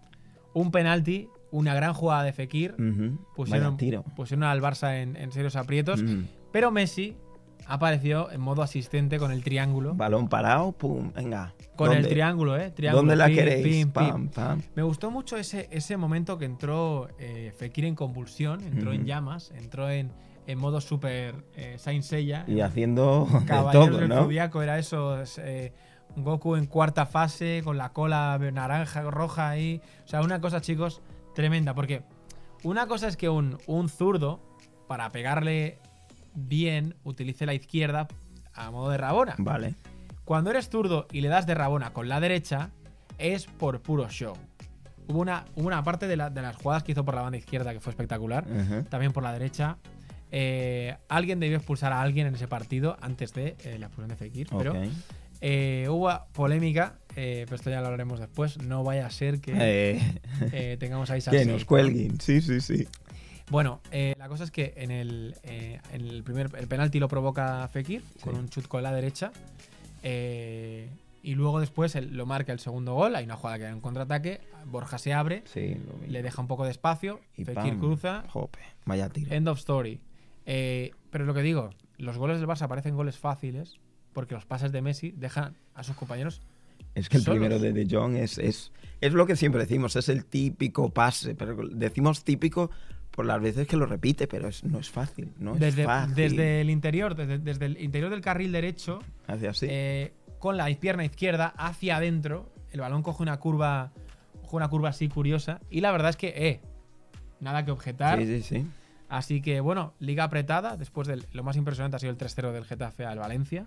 A: Un penalti, una gran jugada de Fekir.
B: Ujú.
A: Pusieron,
B: Mm, Vaya tiro.
A: pusieron al Barça en, en serios aprietos.
B: Mm.
A: Pero Messi apareció en modo asistente con el triángulo.
B: Balón parado, pum, venga.
A: Con el
B: ¿Dónde-
A: triángulo, ¿eh? Triángulo,
B: ¿Dónde la
A: pim,
B: queréis?
A: pim, pim.
B: Pam, pam.
A: Me gustó mucho ese, ese momento que entró eh, Fekir en convulsión, entró en
B: Ujú.
A: llamas, entró en, en modo super eh, Saint Seiya,
B: Y haciendo de
A: Caballeros
B: todo,
A: del
B: ¿no?
A: Zodiaco era eso. es, eh, Goku en cuarta fase, con la cola naranja, roja ahí. O sea, una cosa, chicos, tremenda. Porque una cosa es que un, un zurdo, para pegarle bien, utilice la izquierda a modo de rabona.
B: Vale.
A: Cuando eres zurdo y le das de rabona con la derecha, es por puro show. Hubo una, hubo una parte de, la- de las jugadas que hizo por la banda izquierda que fue espectacular
B: Ujú.
A: también por la derecha. Eh, alguien debió expulsar a alguien en ese partido antes de eh, la expulsión de Fekir, pero
B: Ok.
A: eh, hubo polémica, eh, pero esto ya lo hablaremos después. No vaya a ser que
B: Eh,
A: eh, tengamos ahí
B: [LAUGHS] que
A: salsa.
B: nos cuelguen. Sí, sí, sí.
A: Bueno, eh, la cosa es que en el, eh, en el primer el penalti lo provoca Fekir con
B: Sí.
A: un chut con la derecha. eh, y luego después él lo marca el segundo gol. Hay una jugada que hay un contraataque. Borja se abre,
B: Sí, lo vi.
A: le deja un poco de espacio.
B: Y
A: Fekir
B: pam.
A: cruza,
B: Jope, vaya tiro.
A: End of story. Eh, pero lo que digo, los goles del Barça parecen goles fáciles porque los pases de Messi dejan a sus compañeros
B: Es que el
A: Solos.
B: primero de De Jong es, es, es lo que siempre decimos, es el típico pase, pero decimos típico por las veces que lo repite, pero es, no es fácil, ¿no? Es
A: Desde,
B: fácil.
A: desde el interior, desde, desde el interior del carril derecho,
B: Hace así.
A: eh, con la pierna izquierda hacia adentro, el balón coge una curva, coge una curva así curiosa. Y la verdad es que, eh, nada que objetar.
B: sí, sí, sí.
A: Así que bueno, liga apretada. Después del lo más impresionante ha sido el 3-0 del Getafe al Valencia.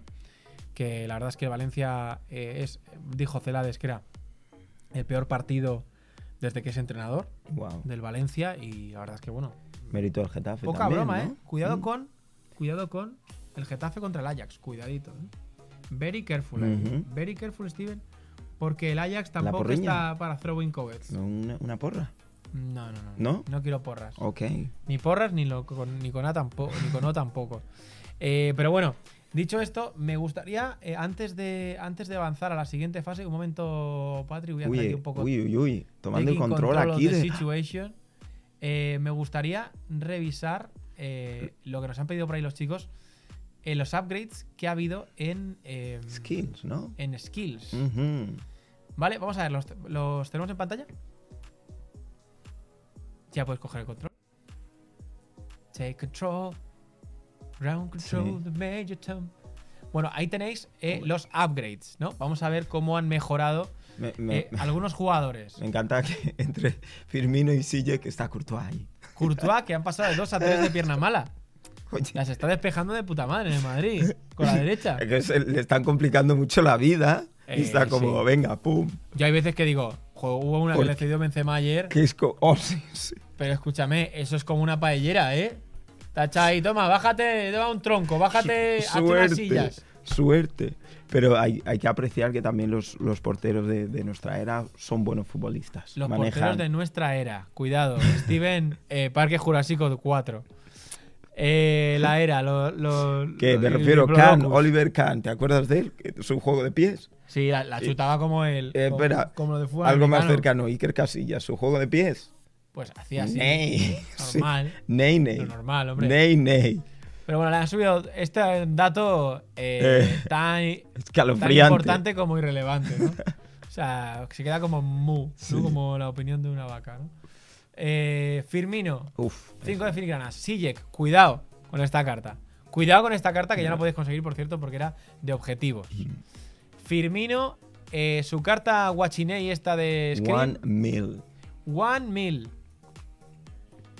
A: Que la verdad es que el Valencia eh, es, dijo Celades que era el peor partido desde que es entrenador
B: Wow.
A: del Valencia. Y la verdad es que bueno,
B: Mérito del Getafe.
A: poca
B: también,
A: broma,
B: ¿no?
A: ¿eh? Cuidado
B: Mm.
A: con, cuidado con el Getafe contra el Ajax. Cuidadito, ¿eh? Very careful, ¿eh?
B: Ujú.
A: Very careful, Steven. Porque el Ajax tampoco
B: porriña?
A: está para throwing covets.
B: No, Una, una porra.
A: No, no, no.
B: ¿No?
A: No quiero porras.
B: Ok.
A: Ni porras, ni, lo- con, ni con A tampoco. ni con O tampoco. Eh, pero bueno, dicho esto, me gustaría, eh, antes, de, antes de avanzar a la siguiente fase, un momento, Patri, voy a hacer
B: Uy, eh,
A: aquí un poco
B: uy, uy, uy. Tomando el
A: taking
B: control,
A: of
B: aquí.
A: the
B: de-
A: situation. Eh, me gustaría revisar eh, lo que nos han pedido por ahí los chicos, eh, los upgrades que ha habido en, eh,
B: Skills, ¿no?
A: en skills.
B: Mm. Ujú.
A: Vale, vamos a ver, ¿los, los tenemos en pantalla? Ya puedes coger el control. Take control. Ground control, the
B: Sí.
A: major tom. Bueno, ahí tenéis eh, los upgrades, ¿no? Vamos a ver cómo han mejorado
B: Me, me-
A: eh, algunos jugadores.
B: [LAUGHS] me encanta que entre Firmino y Sille que está Courtois ahí. [LAUGHS]
A: Courtois, que han pasado de 2 a 3 de pierna mala.
B: Oye,
A: Las está despejando de puta madre en el Madrid, con
B: [LAUGHS]
A: la derecha.
B: es que se- le están complicando mucho la vida.
A: Eh,
B: y está como,
A: sí.
B: venga, pum.
A: Yo hay veces que digo, "Jo, hubo una que
B: ¿Por
A: le
B: qué?
A: cedió Benzema ayer,
B: Que es co- [LAUGHS] oh, sí, sí.
A: pero escúchame, eso es como una paellera, ¿eh? Tacha ahí, toma, bájate, toma un tronco, bájate, hazte Eh, unas
B: Suerte,
A: sillas.
B: suerte. Pero hay, hay que apreciar que también los, los porteros de, de nuestra era son buenos futbolistas.
A: Los porteros
B: Manejan.
A: de nuestra era,
B: [LAUGHS]
A: cuidado, Steven, eh, Parque Jurásico 4. Eh, la era, los... Lo,
B: Que
A: lo-
B: me
A: el
B: refiero, Kahn,
A: Diplodocus.
B: Oliver Kahn, ¿te acuerdas de él? Que- Su juego de pies.
A: Sí, la, la
B: Eh,
A: chutaba como el...
B: eh,
A: como-
B: espera,
A: como lo de fútbol
B: Algo más
A: americano.
B: cercano, Iker Casillas, su juego de pies.
A: Pues hacía así.
B: Ney. [LAUGHS] Sí.
A: Normal.
B: Ney, ney.
A: Lo normal, hombre.
B: Ney, ney.
A: Pero bueno, le han subido este dato eh,
B: Eh,
A: tan, tan
B: Escalofriante.
A: importante como irrelevante,
B: [LAUGHS]
A: ¿no? O sea, se queda como mu, ¿no?
B: Sí.
A: como la opinión de una vaca, ¿no? Eh, Firmino,
B: Uf.
A: 5 de filigranas. Sijek, cuidado con esta carta. Cuidado con esta carta que ya no podéis conseguir, por cierto, porque era de objetivos. Firmino, eh, su carta Guachinei, esta de Screen,
B: One mil.
A: One mil.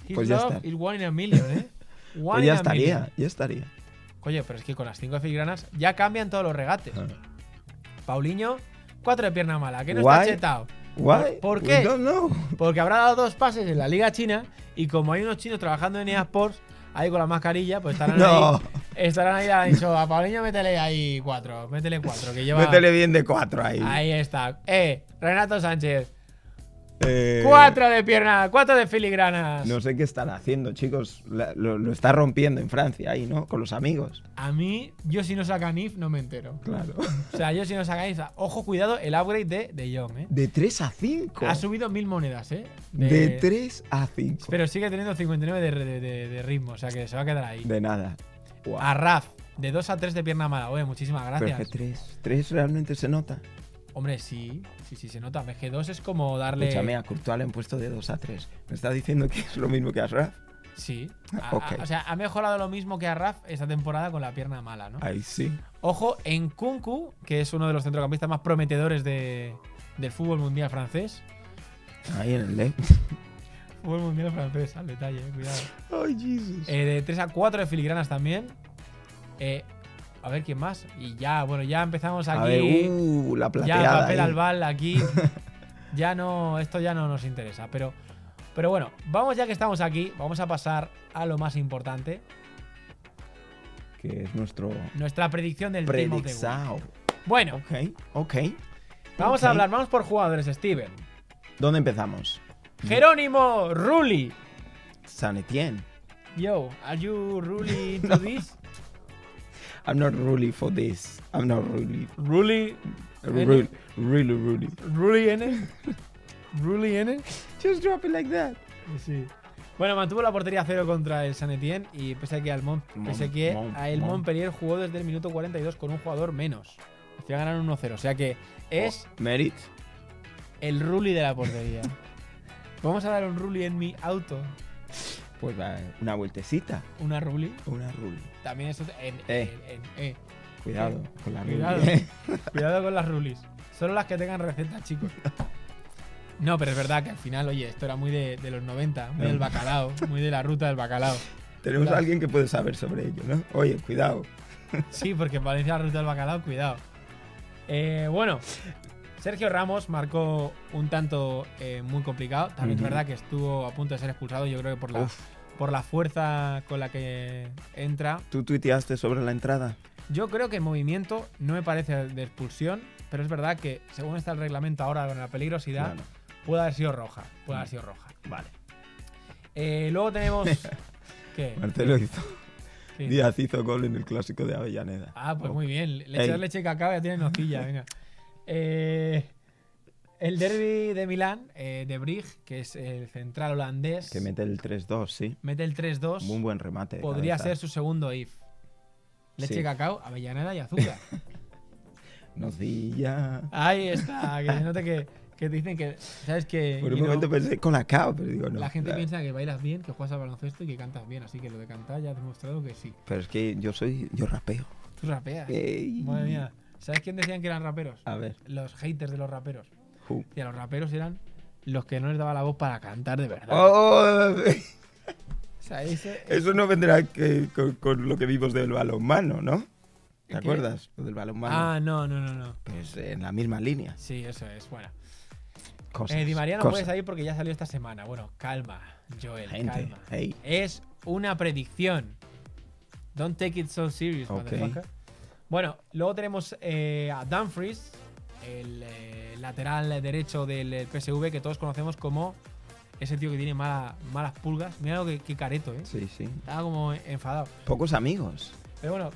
A: His
B: Pues ya
A: love
B: está.
A: is one in a million, ¿eh? One
B: [LAUGHS] Pues
A: in
B: ya
A: a
B: estaría,
A: million.
B: ya estaría.
A: Oye, pero es que con las 5 filigranas ya cambian todos los regates.
B: Ah.
A: Paulinho, 4 de pierna mala, que no
B: Guay.
A: está chetado.
B: Why?
A: ¿Por
B: We
A: qué?
B: don't know.
A: Porque habrá dado dos pases en la Liga China y como hay unos chinos trabajando en EA Sports, ahí con la mascarilla, pues estarán
B: No.
A: ahí. Estarán ahí, le han dicho, a Paulinho métele ahí 4, métele 4, que lleva...
B: Métele bien de cuatro ahí.
A: Ahí está. Eh, Renato Sánchez,
B: Eh,
A: 4 de pierna, 4 de filigranas.
B: No sé qué están haciendo, chicos. La- lo, lo está rompiendo en Francia ahí, ¿no? Con los amigos.
A: A mí, yo si no saca NIF, no me entero.
B: Claro.
A: O sea, yo si no saca NIF, ojo, cuidado, el upgrade de De Jong, ¿eh?
B: De 3 a 5.
A: Ha subido mil monedas, ¿eh?
B: De 3 a 5.
A: Pero sigue teniendo 59 de, de- de- de ritmo, o sea que se va a quedar ahí.
B: De nada. Wow.
A: Arraz, de 2 a 3 de pierna mala. Oye, muchísimas
B: Pero
A: Ah, gracias.
B: es que 3. 3 realmente se nota.
A: Hombre, sí, sí, sí, se nota. Es que 2 es como darle.
B: Escúchame, a Courtois le han puesto de 2 a 3. ¿Me estás diciendo que es lo mismo que a Raf?
A: Sí. A- a-
B: Ok.
A: o sea, ha mejorado lo mismo que Arraz esta temporada con la pierna mala, ¿no?
B: Ahí sí.
A: Ojo, en Kunku, que es uno de los centrocampistas más prometedores de- del fútbol mundial francés.
B: Ahí en
A: [LAUGHS]
B: el left.
A: Fútbol mundial francés, al detalle, eh, cuidado.
B: Ay, Jesus.
A: Eh, de 3 a 4 de filigranas también. Eh, a ver quién más. Y ya, bueno, ya empezamos aquí.
B: a ver, uh, la plateada.
A: ya papel
B: ahí.
A: al bal aquí. ya no, esto ya no nos interesa. Pero, pero bueno, vamos ya que estamos aquí, vamos a pasar a lo más importante.
B: Que es nuestro
A: Nuestra predicción del Team of the Week.
B: predixao.
A: Bueno,
B: Ok, ok.
A: vamos a
B: Ok.
A: hablar, vamos por jugadores, Steven.
B: ¿Dónde empezamos?
A: Jerónimo Rulli.
B: San Etienne.
A: Yo, are you Rulli into this?
B: I'm not really for this. I'm not really.
A: Rulli.
B: Really, really, really.
A: Rulli N. [LAUGHS] Rulli N.
B: Just drop it like that.
A: Pues Sí. Bueno, mantuvo la portería a cero contra el San Etienne y pese a que, al Mon-
B: Mon-
A: pese a que
B: Mon-
A: a el
B: Mon.
A: Montpellier jugó desde el minuto 42 con un jugador menos. Al final ganaron 1-0. O sea que es
B: Merit.
A: el ruli de la portería. [LAUGHS] Vamos a dar un ruli en mi auto.
B: Pues va, una vueltecita.
A: Una ruli.
B: Una ruli.
A: También eso. En,
B: Eh.
A: en- en- eh.
B: Cuidado con la ruli.
A: Cuidado.
B: [LAUGHS]
A: Cuidado con las rulis. Solo las que tengan receta,
B: [LAUGHS]
A: chicos. No, pero es verdad que al final, oye, esto era muy de, de los 90, muy del bacalao, muy de la ruta del bacalao.
B: Tenemos
A: Claro.
B: a alguien que puede saber sobre ello, ¿no? Oye, cuidado.
A: Sí, porque en Valencia la ruta del bacalao, cuidado. Eh, bueno, Sergio Ramos marcó un tanto eh, muy complicado. También
B: Ujú.
A: es verdad que estuvo a punto de ser expulsado, yo creo que por la,
B: Uf,
A: por la fuerza con la que entra.
B: ¿Tú tuiteaste sobre la entrada?
A: Yo creo que el movimiento no me parece de expulsión, pero es verdad que según está el reglamento ahora con la peligrosidad,
B: Claro.
A: puede haber sido roja. Puede
B: Mm.
A: haber sido roja.
B: Vale.
A: Eh, luego
B: [LAUGHS]
A: tenemos. ¿Qué?
B: Marcelo hizo.
A: Sí.
B: Díaz hizo gol en el clásico de Avellaneda.
A: Ah, pues
B: Oh,
A: muy bien. Leche,
B: Ey.
A: leche y cacao ya tiene
B: [LAUGHS]
A: nocilla, venga. Eh, el derby de Milán, eh, de Brig, que es el central holandés,
B: Que mete el 3-2, sí.
A: mete el 3-2.
B: Un buen remate. de
A: podría
B: cabeza.
A: ser su segundo if. Leche,
B: Sí.
A: cacao, avellaneda y azúcar.
B: Nocilla.
A: Ahí está, que se note que, que te dicen que. ¿Sabes que
B: Por un
A: you know,
B: momento pensé con la cao, pero digo no.
A: La gente
B: claro.
A: piensa que bailas bien, que juegas al baloncesto y que cantas bien, así que lo de cantar ya has demostrado que sí.
B: Pero es que yo soy. Yo rapeo.
A: Tú rapeas.
B: Ey. Ah.
A: Madre mía. ¿Sabes quién decían que eran raperos?
B: A ver.
A: Los haters de los raperos.
B: ju.
A: Y a los raperos eran los que no les daba la voz para cantar de verdad. [LAUGHS]
B: Oh,
A: O sea, ese-
B: eso no vendrá que- con, con lo que vimos del balonmano, ¿no? ¿Te
A: ¿Qué?
B: acuerdas? Lo del balonmano.
A: Ah, no, no, no, no.
B: Pues en la misma línea.
A: Sí, eso es. Bueno.
B: Cosas,
A: Eh, Di María no
B: cosas.
A: puede salir porque ya salió esta semana. Bueno, calma, Joel,
B: Gente,
A: calma.
B: hey.
A: Es una predicción. Don't take it so serious,
B: Ok.
A: motherfucker. Bueno, luego tenemos eh, a Dumfries, el eh, lateral derecho del eh, PSV que todos conocemos como ese tío que tiene mala- malas pulgas. Mira lo que, que careto, ¿eh?
B: Sí, sí.
A: Estaba como enfadado.
B: Pocos amigos.
A: Pero bueno,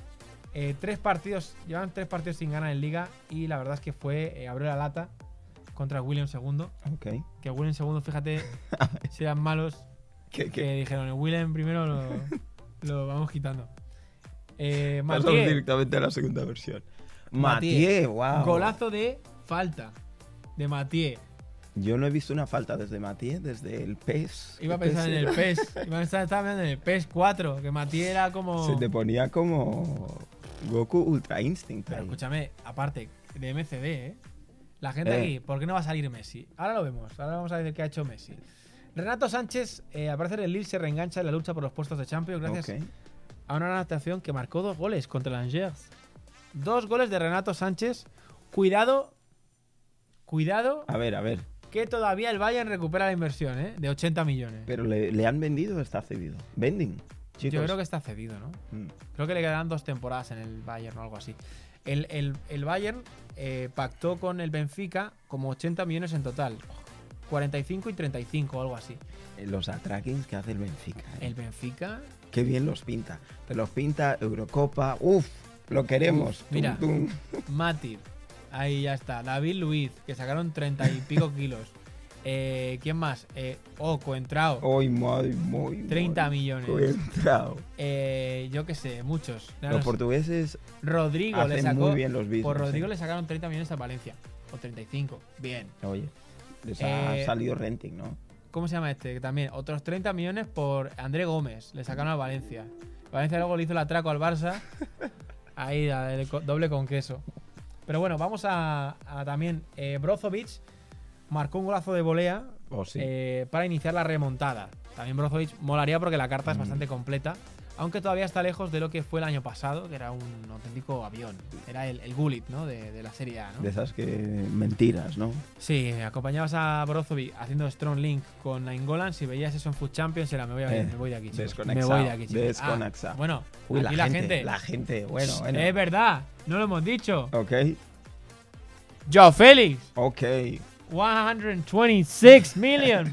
A: eh, tres partidos, llevan tres partidos sin ganar en liga y la verdad es que fue eh, abrió la lata contra William II.
B: Ok.
A: Que William II, fíjate, si eran malos,
B: ¿Qué,
A: que
B: qué?
A: dijeron, el William primero lo, lo vamos quitando. Eh,
B: Pasamos
A: Mathieu,
B: directamente a la segunda versión.
A: Mathieu.
B: Mathieu, wow.
A: golazo de falta de Mathieu.
B: Yo no he visto una falta desde Mathieu, desde el E PES.
A: Iba a
B: El
A: pensar en el
B: PES.
A: PES, iba a pensar, estaba pensando en el PES 4, que Mathieu era como...
B: Se te ponía como Goku Ultra Instinct.
A: Pero
B: ahí.
A: escúchame, aparte de MCD, ¿eh? La gente
B: Eh.
A: aquí, ¿por qué no va a salir Messi? Ahora lo vemos, ahora vamos a ver qué ha hecho Messi. Renato Sánchez, eh, al parecer el Lille se reengancha en la lucha por los puestos de Champions gracias
B: Ok.
A: a una gran actuación que marcó dos goles contra el Angers. Dos goles de Renato Sánchez. Cuidado, cuidado,
B: A ver, a ver.
A: que todavía el Bayern recupera la inversión, ¿eh? De 80 millones.
B: ¿Pero le, le han vendido o está cedido? Vending. Chicos.
A: Yo creo que está cedido, ¿no?
B: Mm.
A: Creo que le quedan dos temporadas en el Bayern o algo así. El, el- el Bayern eh, pactó con el Benfica como 80 millones en total. 45 y 35 o algo así.
B: Eh, Los atrackings que hace el Benfica. ¿eh?
A: El Benfica...
B: Qué bien los pinta. Te los pinta Eurocopa. Uf, lo queremos.
A: Uf, mira.
B: Tum, tum.
A: Matip. Ahí ya está. David Luiz, que sacaron 30 y pico kilos. Eh, ¿Quién más? Eh, Oco, Entrao.
B: Hoy, muy, muy.
A: 30
B: muy
A: millones.
B: entrado.
A: Eh, yo qué sé, muchos. Ya no
B: Los
A: sé.
B: portugueses
A: Rodrigo le
B: hacen
A: sacó.
B: muy bien los business.
A: por Rodrigo
B: eh.
A: le sacaron 30 millones a Valencia. O 35. Bien.
B: Oye, les ha
A: Eh,
B: salido renting, ¿no?
A: ¿Cómo se llama este? Que también otros 30 millones por André Gómez. Le sacaron al Valencia. Valencia luego le hizo el atraco al Barça. Ahí, la del co- doble con queso. Pero bueno, vamos a, a también. eh, Brozovic marcó un golazo de volea
B: O sí.
A: eh, para iniciar la remontada. También Brozovic molaría porque la carta es
B: Mm.
A: bastante completa. Aunque todavía está lejos de lo que fue el año pasado, que era un auténtico avión. Era el, el Gullit, ¿no? De, de la Serie A, ¿no?
B: De esas que mentiras, ¿no?
A: Sí, acompañabas a Brozovic haciendo Strong Link con Nainggolan. Si veías eso en Food Champions, era me voy, a-
B: Eh,
A: me voy de aquí, chicos.
B: desconexao,
A: Me voy de aquí, chicos.
B: desconexao.
A: Ah, bueno,
B: Uy,
A: aquí Eh,
B: la, gente, La gente, bueno,
A: Shh,
B: bueno.
A: Es verdad, no lo hemos dicho.
B: Ok,
A: Joe Félix,
B: ok.
A: 126
B: [LAUGHS]
A: million.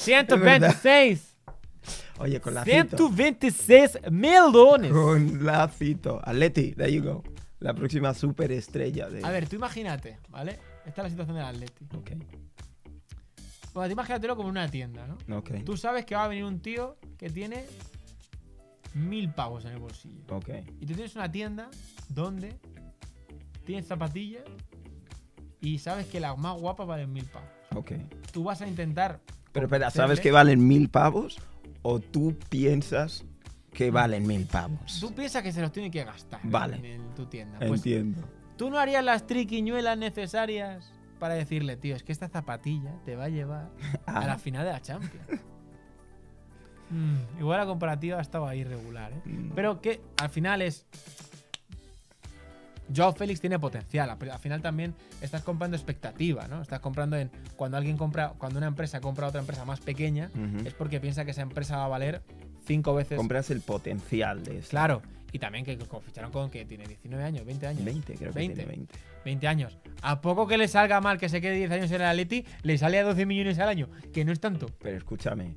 A: 126.
B: Oye, con lacito.
A: 126 millones.
B: Con lacito. Atleti, there you go. La próxima superestrella de.
A: A ver, tú imagínate, ¿vale? Esta es la situación del Atleti.
B: Ok,
A: Bueno, tú imagínatelo como una tienda, ¿no?
B: ok.
A: Tú sabes que va a venir un tío que tiene mil pavos en el bolsillo.
B: Ok.
A: Y tú tienes una tienda donde tienes zapatillas y sabes que las más guapas valen mil pavos.
B: Ok.
A: Tú vas a intentar.
B: Pero espera,
A: convencerle-
B: ¿sabes que valen mil pavos? ¿O tú piensas que valen mil pavos?
A: Tú piensas que se los tiene que gastar
B: Vale.
A: en, en tu tienda. Pues
B: Entiendo.
A: tú no harías las triquiñuelas necesarias para decirle, tío, es que esta zapatilla te va a llevar a la
B: Ah,
A: final de la Champions. Mm, igual la comparativa ha estado ahí regular, ¿eh?
B: mm,
A: Pero que al final es. Joao Félix tiene potencial. Al al final también estás comprando expectativa, ¿no? Estás comprando en. Cuando alguien compra. Cuando una empresa compra a otra empresa más pequeña,
B: ujú.
A: es porque piensa que esa empresa va a valer cinco veces.
B: Compras el potencial de este. esto.
A: Claro. Y también que co- ficharon con que tiene 19 años, 20 años.
B: 20, creo que
A: 20.
B: tiene 20.
A: 20 años. ¿A poco que le salga mal que se quede 10 años en el Atleti? Le sale a 12 millones al año. Que no es tanto.
B: Pero escúchame,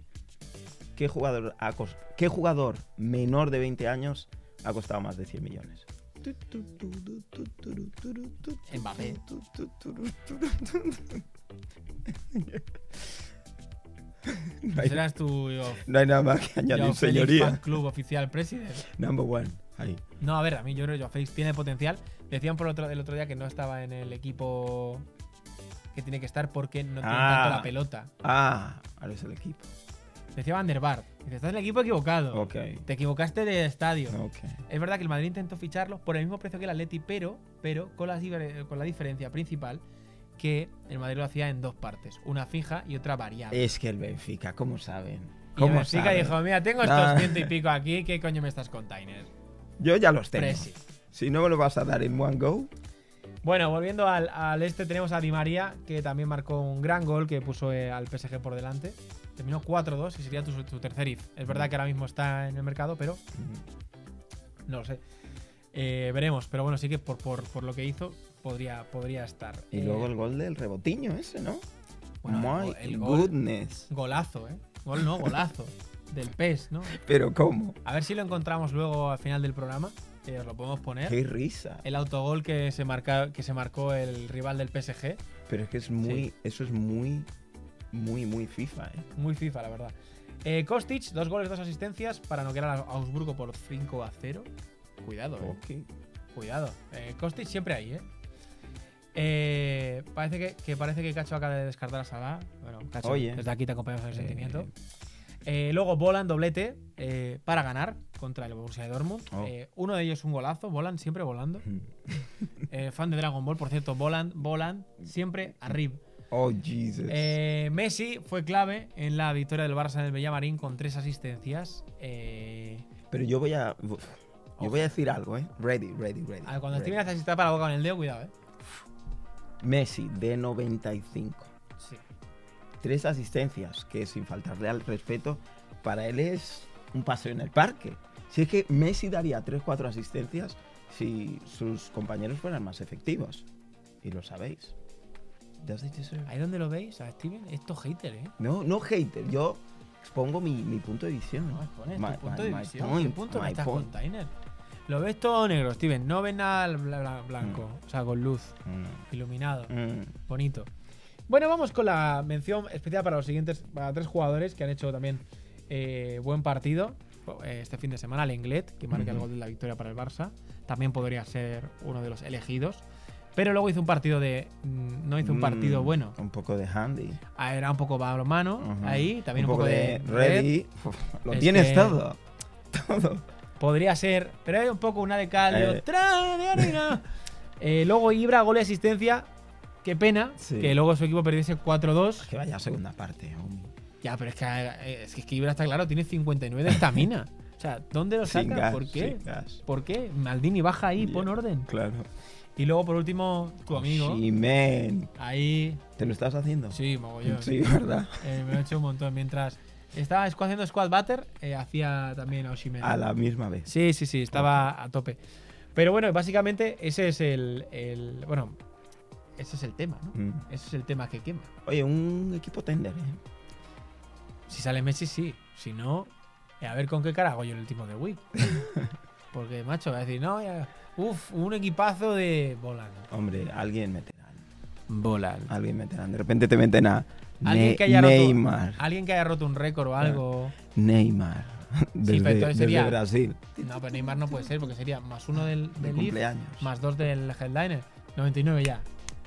B: ¿qué jugador, ha cos- ¿qué jugador menor de 20 años ha costado más de 100 millones?
A: Mbappé.
B: [LAUGHS] No hay,
A: Serás tu. yo-
B: no hay nada más que añadir,
A: Joao Félix Fan
B: señoría.
A: Club oficial president.
B: Number one. Ahí.
A: No, a ver, a mí yo creo que Joao Félix tiene potencial. Decían por otro, el otro día que no estaba en el equipo que tiene que estar porque no tiene
B: Ah.
A: tanto la pelota.
B: Ah, ahora es el equipo.
A: Decía Van der Vaart. Dice, estás en el equipo equivocado.
B: Ok.
A: Te equivocaste de estadio.
B: Ok.
A: Es verdad que el Madrid intentó ficharlo por el mismo precio que el Atleti, pero, pero con, la, diver- con la diferencia principal que el Madrid lo hacía en dos partes. Una fija y otra variable.
B: Es que el Benfica, ¿cómo saben?
A: y el
B: Eh, ¿Cómo
A: Benfica
B: saben?
A: dijo, mira, tengo estos
B: Ah.
A: ciento y pico aquí, ¿qué coño me estás container?
B: Yo ya los tengo.
A: Presi.
B: Si no me lo vas a dar en one go,
A: Bueno, volviendo al, al este, tenemos a Di María, que también marcó un gran gol que puso eh, al PSG por delante. Terminó 4-2 y sería tu, tu tercer if. Es verdad que ahora mismo está en el mercado, pero no lo sé. Eh, veremos, pero bueno, sí que por, por, por lo que hizo podría, podría estar.
B: Y
A: Eh,
B: luego el gol del rebotiño ese, ¿no?
A: bueno, el
B: My
A: go- el gol-
B: goodness.
A: Golazo, ¿eh? Gol no,
B: [LAUGHS]
A: golazo. del PES, ¿no?
B: Pero ¿cómo?
A: A ver si lo encontramos luego al final del programa. eh, os lo podemos poner.
B: Qué risa.
A: El autogol que se, marca, que se marcó el rival del PSG.
B: Pero es que es muy, eso es muy, muy, muy FIFA, ¿eh?
A: Muy FIFA, la verdad. Eh, Kostic, dos goles, dos asistencias para no quedar a Augsburgo por 5 a 0. Cuidado, eh.
B: Ok.
A: Cuidado. Eh, Kostic siempre ahí, eh. Eh, parece que, que parece que Cacho acaba de descartar a Salah. Bueno, Cacho,
B: Oye.
A: desde aquí te acompañamos en el
B: Eh,
A: sentimiento. Eh, luego Bolan, doblete eh, para ganar contra el Borussia Dortmund.
B: Oh.
A: Eh, uno de ellos un golazo, Bolan siempre
B: [LAUGHS]
A: volando.
B: Mm.
A: Eh, fan de Dragon Ball, por cierto, Bolan, Bolan siempre arriba.
B: Oh, Jesus.
A: Eh, Messi fue clave en la victoria del Barça en el Bellamarín con tres asistencias. Eh,
B: Pero yo voy a. Yo
A: Ojo.
B: voy a decir algo, ¿eh? Ready, ready, ready.
A: a- cuando
B: ready.
A: Steven hace así tapa la boca con el dedo, cuidado, eh.
B: Messi, de 95.
A: Sí.
B: Tres asistencias, que sin faltarle al respeto, para él es un paseo en el parque. Si es que Messi daría tres, cuatro asistencias si sus compañeros fueran más efectivos. Y lo sabéis. Does it deserve-
A: Ahí donde lo veis, a Steven, esto hater, eh.
B: No, no hater, yo expongo mi, mi punto de visión.
A: No, expones
B: My-
A: tu punto
B: my-
A: de
B: my
A: visión.
B: point,
A: ¿Qué punto
B: my
A: me estás
B: point.
A: container? Lo ves todo negro, Steven. No ves nada bla- bla- blanco. O sea, con luz,
B: Mm,
A: iluminado,
B: mm.
A: bonito. Bueno, vamos con la mención especial para los siguientes, para tres jugadores que han hecho también eh, buen partido. Eh, Este fin de semana, Lenglet, que marca el
B: Ujú.
A: gol de la victoria para el Barça. También podría ser uno de los elegidos. Pero luego hizo un partido de. mm, No hizo un partido
B: Mm,
A: bueno.
B: Un poco de handy.
A: Ah, Era un poco balonmano
B: Ujú.
A: ahí. También un, poco, de. red.
B: ready. Uf, Lo
A: Es
B: tienes
A: que-
B: todo. [LAUGHS] Todo.
A: Podría ser, pero hay un poco una de cal y
B: Eh.
A: otra de arena. Eh, luego Ibra, gol y asistencia. Qué pena
B: Sí.
A: que luego su equipo perdiese 4-2.
B: Que vaya segunda parte. homie.
A: Ya, pero es que, eh, es que es que Ibra está claro, tiene 59 de
B: [LAUGHS]
A: estamina. o sea, ¿dónde lo
B: Sin
A: saca?
B: gas,
A: ¿Por qué?
B: sin gas.
A: ¿Por qué? Maldini baja ahí,
B: Ya.
A: pon orden.
B: Claro.
A: Y luego, por último, tu amigo.
B: Sí, men.
A: Ahí.
B: ¿Te lo estás haciendo?
A: Sí, mogollón.
B: Sí, ¿verdad?
A: [LAUGHS] Eh, me lo he hecho un montón. Mientras estaba escu- haciendo squad butter, eh, hacía también a Osimhen.
B: A la misma vez.
A: Sí, sí, sí, estaba a tope. Pero bueno, básicamente ese es el. el- bueno, ese es el tema, ¿no?
B: Mm.
A: Ese es el tema que quema.
B: Oye, un equipo tender, ¿eh?
A: Si sale Messi, sí. Si no, eh, a ver con qué cara hago yo el último de
B: [LAUGHS]
A: Week. Porque, macho, va a decir, no, ya- uf, un equipazo de Bolan.
B: Hombre, alguien meterán.
A: Bolan.
B: Alguien meterán. De repente te meten a
A: Alguien Ah.
B: Ne-
A: que haya roto-
B: Neymar.
A: Alguien que haya roto un récord o algo.
B: Neymar. Desde,
A: pero entonces
B: desde
A: sería-
B: Brasil.
A: No, pero Neymar no puede ser, porque sería más uno del,
B: De
A: del Leaf,
B: cumpleaños.
A: más dos del headliner. 99 ya.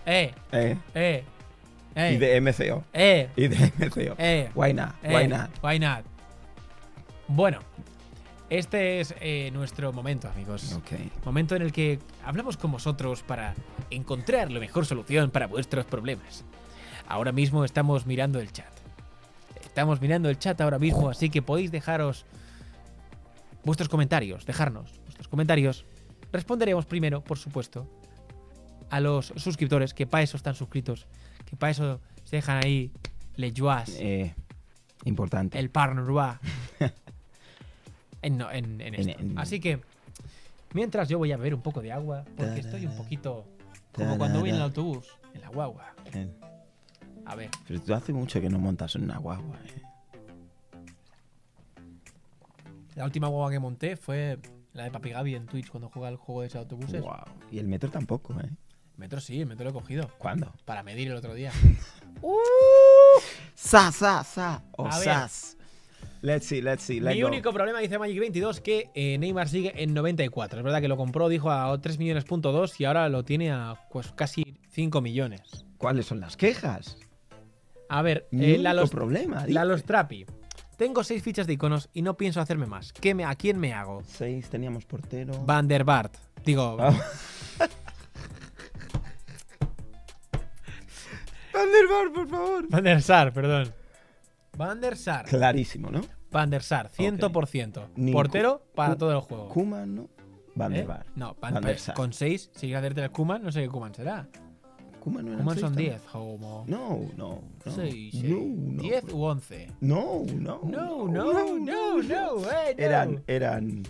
A: Eh,
B: Eh,
A: eh,
B: Y
A: eh,
B: de MCO.
A: eh,
B: Y de MCO.
A: eh.
B: Why not?
A: Eh,
B: Why not?
A: why not? Bueno, este es eh, nuestro momento, amigos.
B: Ok.
A: Momento en el que hablamos con vosotros para encontrar la mejor solución para vuestros problemas. Ahora mismo estamos mirando el chat. Estamos mirando el chat ahora mismo, así que podéis dejaros vuestros comentarios, dejarnos vuestros comentarios. Responderemos primero, por supuesto, a los suscriptores, que para eso están suscritos, que para eso se dejan ahí les joies
B: Eh, importante.
A: el par
B: [LAUGHS]
A: noir. en, no- en- en esto.
B: En- en-
A: Así que, mientras yo voy a beber un poco de agua, porque estoy un poquito como cuando voy en el autobús, en la guagua.
B: Eh,
A: A ver,
B: Pero tú hace mucho que no montas en una guagua. eh.
A: la última guagua que monté fue la de Papi Gaby en Twitch cuando juega el juego de ese autobuses.
B: Wow. Y el metro tampoco, ¿eh?
A: Metro sí, el metro lo he cogido.
B: ¿Cuándo?
A: Para medir el otro
B: [LAUGHS]
A: día.
B: Sa, sa, sa. O
A: ¡Uh! A ver.
B: sas. Let's see, let's see. Let's
A: Mi
B: go.
A: único problema, dice Magic22, que eh, Neymar sigue en 94. Es verdad que lo compró, dijo a 3 millones.2 y ahora lo tiene a pues, casi 5 millones.
B: ¿Cuáles son las quejas?
A: A ver,
B: Mi
A: eh,
B: único
A: la los
B: problema. dice.
A: La los Trapi. Tengo seis fichas de iconos y no pienso hacerme más. ¿Qué me, ¿A quién me hago?
B: Seis, teníamos portero.
A: Van der Bart. Digo, [LAUGHS]
B: Ah. Van der Vaart, por favor.
A: Van der Sar, perdón. Van der Sar.
B: Clarísimo, ¿no?
A: Van der Sar, 100%.
B: Ni
A: Portero para
B: Ku-
A: todo el juego.
B: Kuma, ¿no? Van
A: ¿Eh?
B: der Vaart.
A: No, Van,
B: Van der Sar.
A: Con 6, si quieres hacerte el Kuman, no sé qué Kuman será.
B: Kuma no eran
A: Kuman
B: seis
A: son
B: también.
A: 10, homo.
B: No, no, no.
A: 6,
B: No, no.
A: 10 u 11.
B: No, no.
A: No, no, no, no, eh, no.
B: Eran, eran.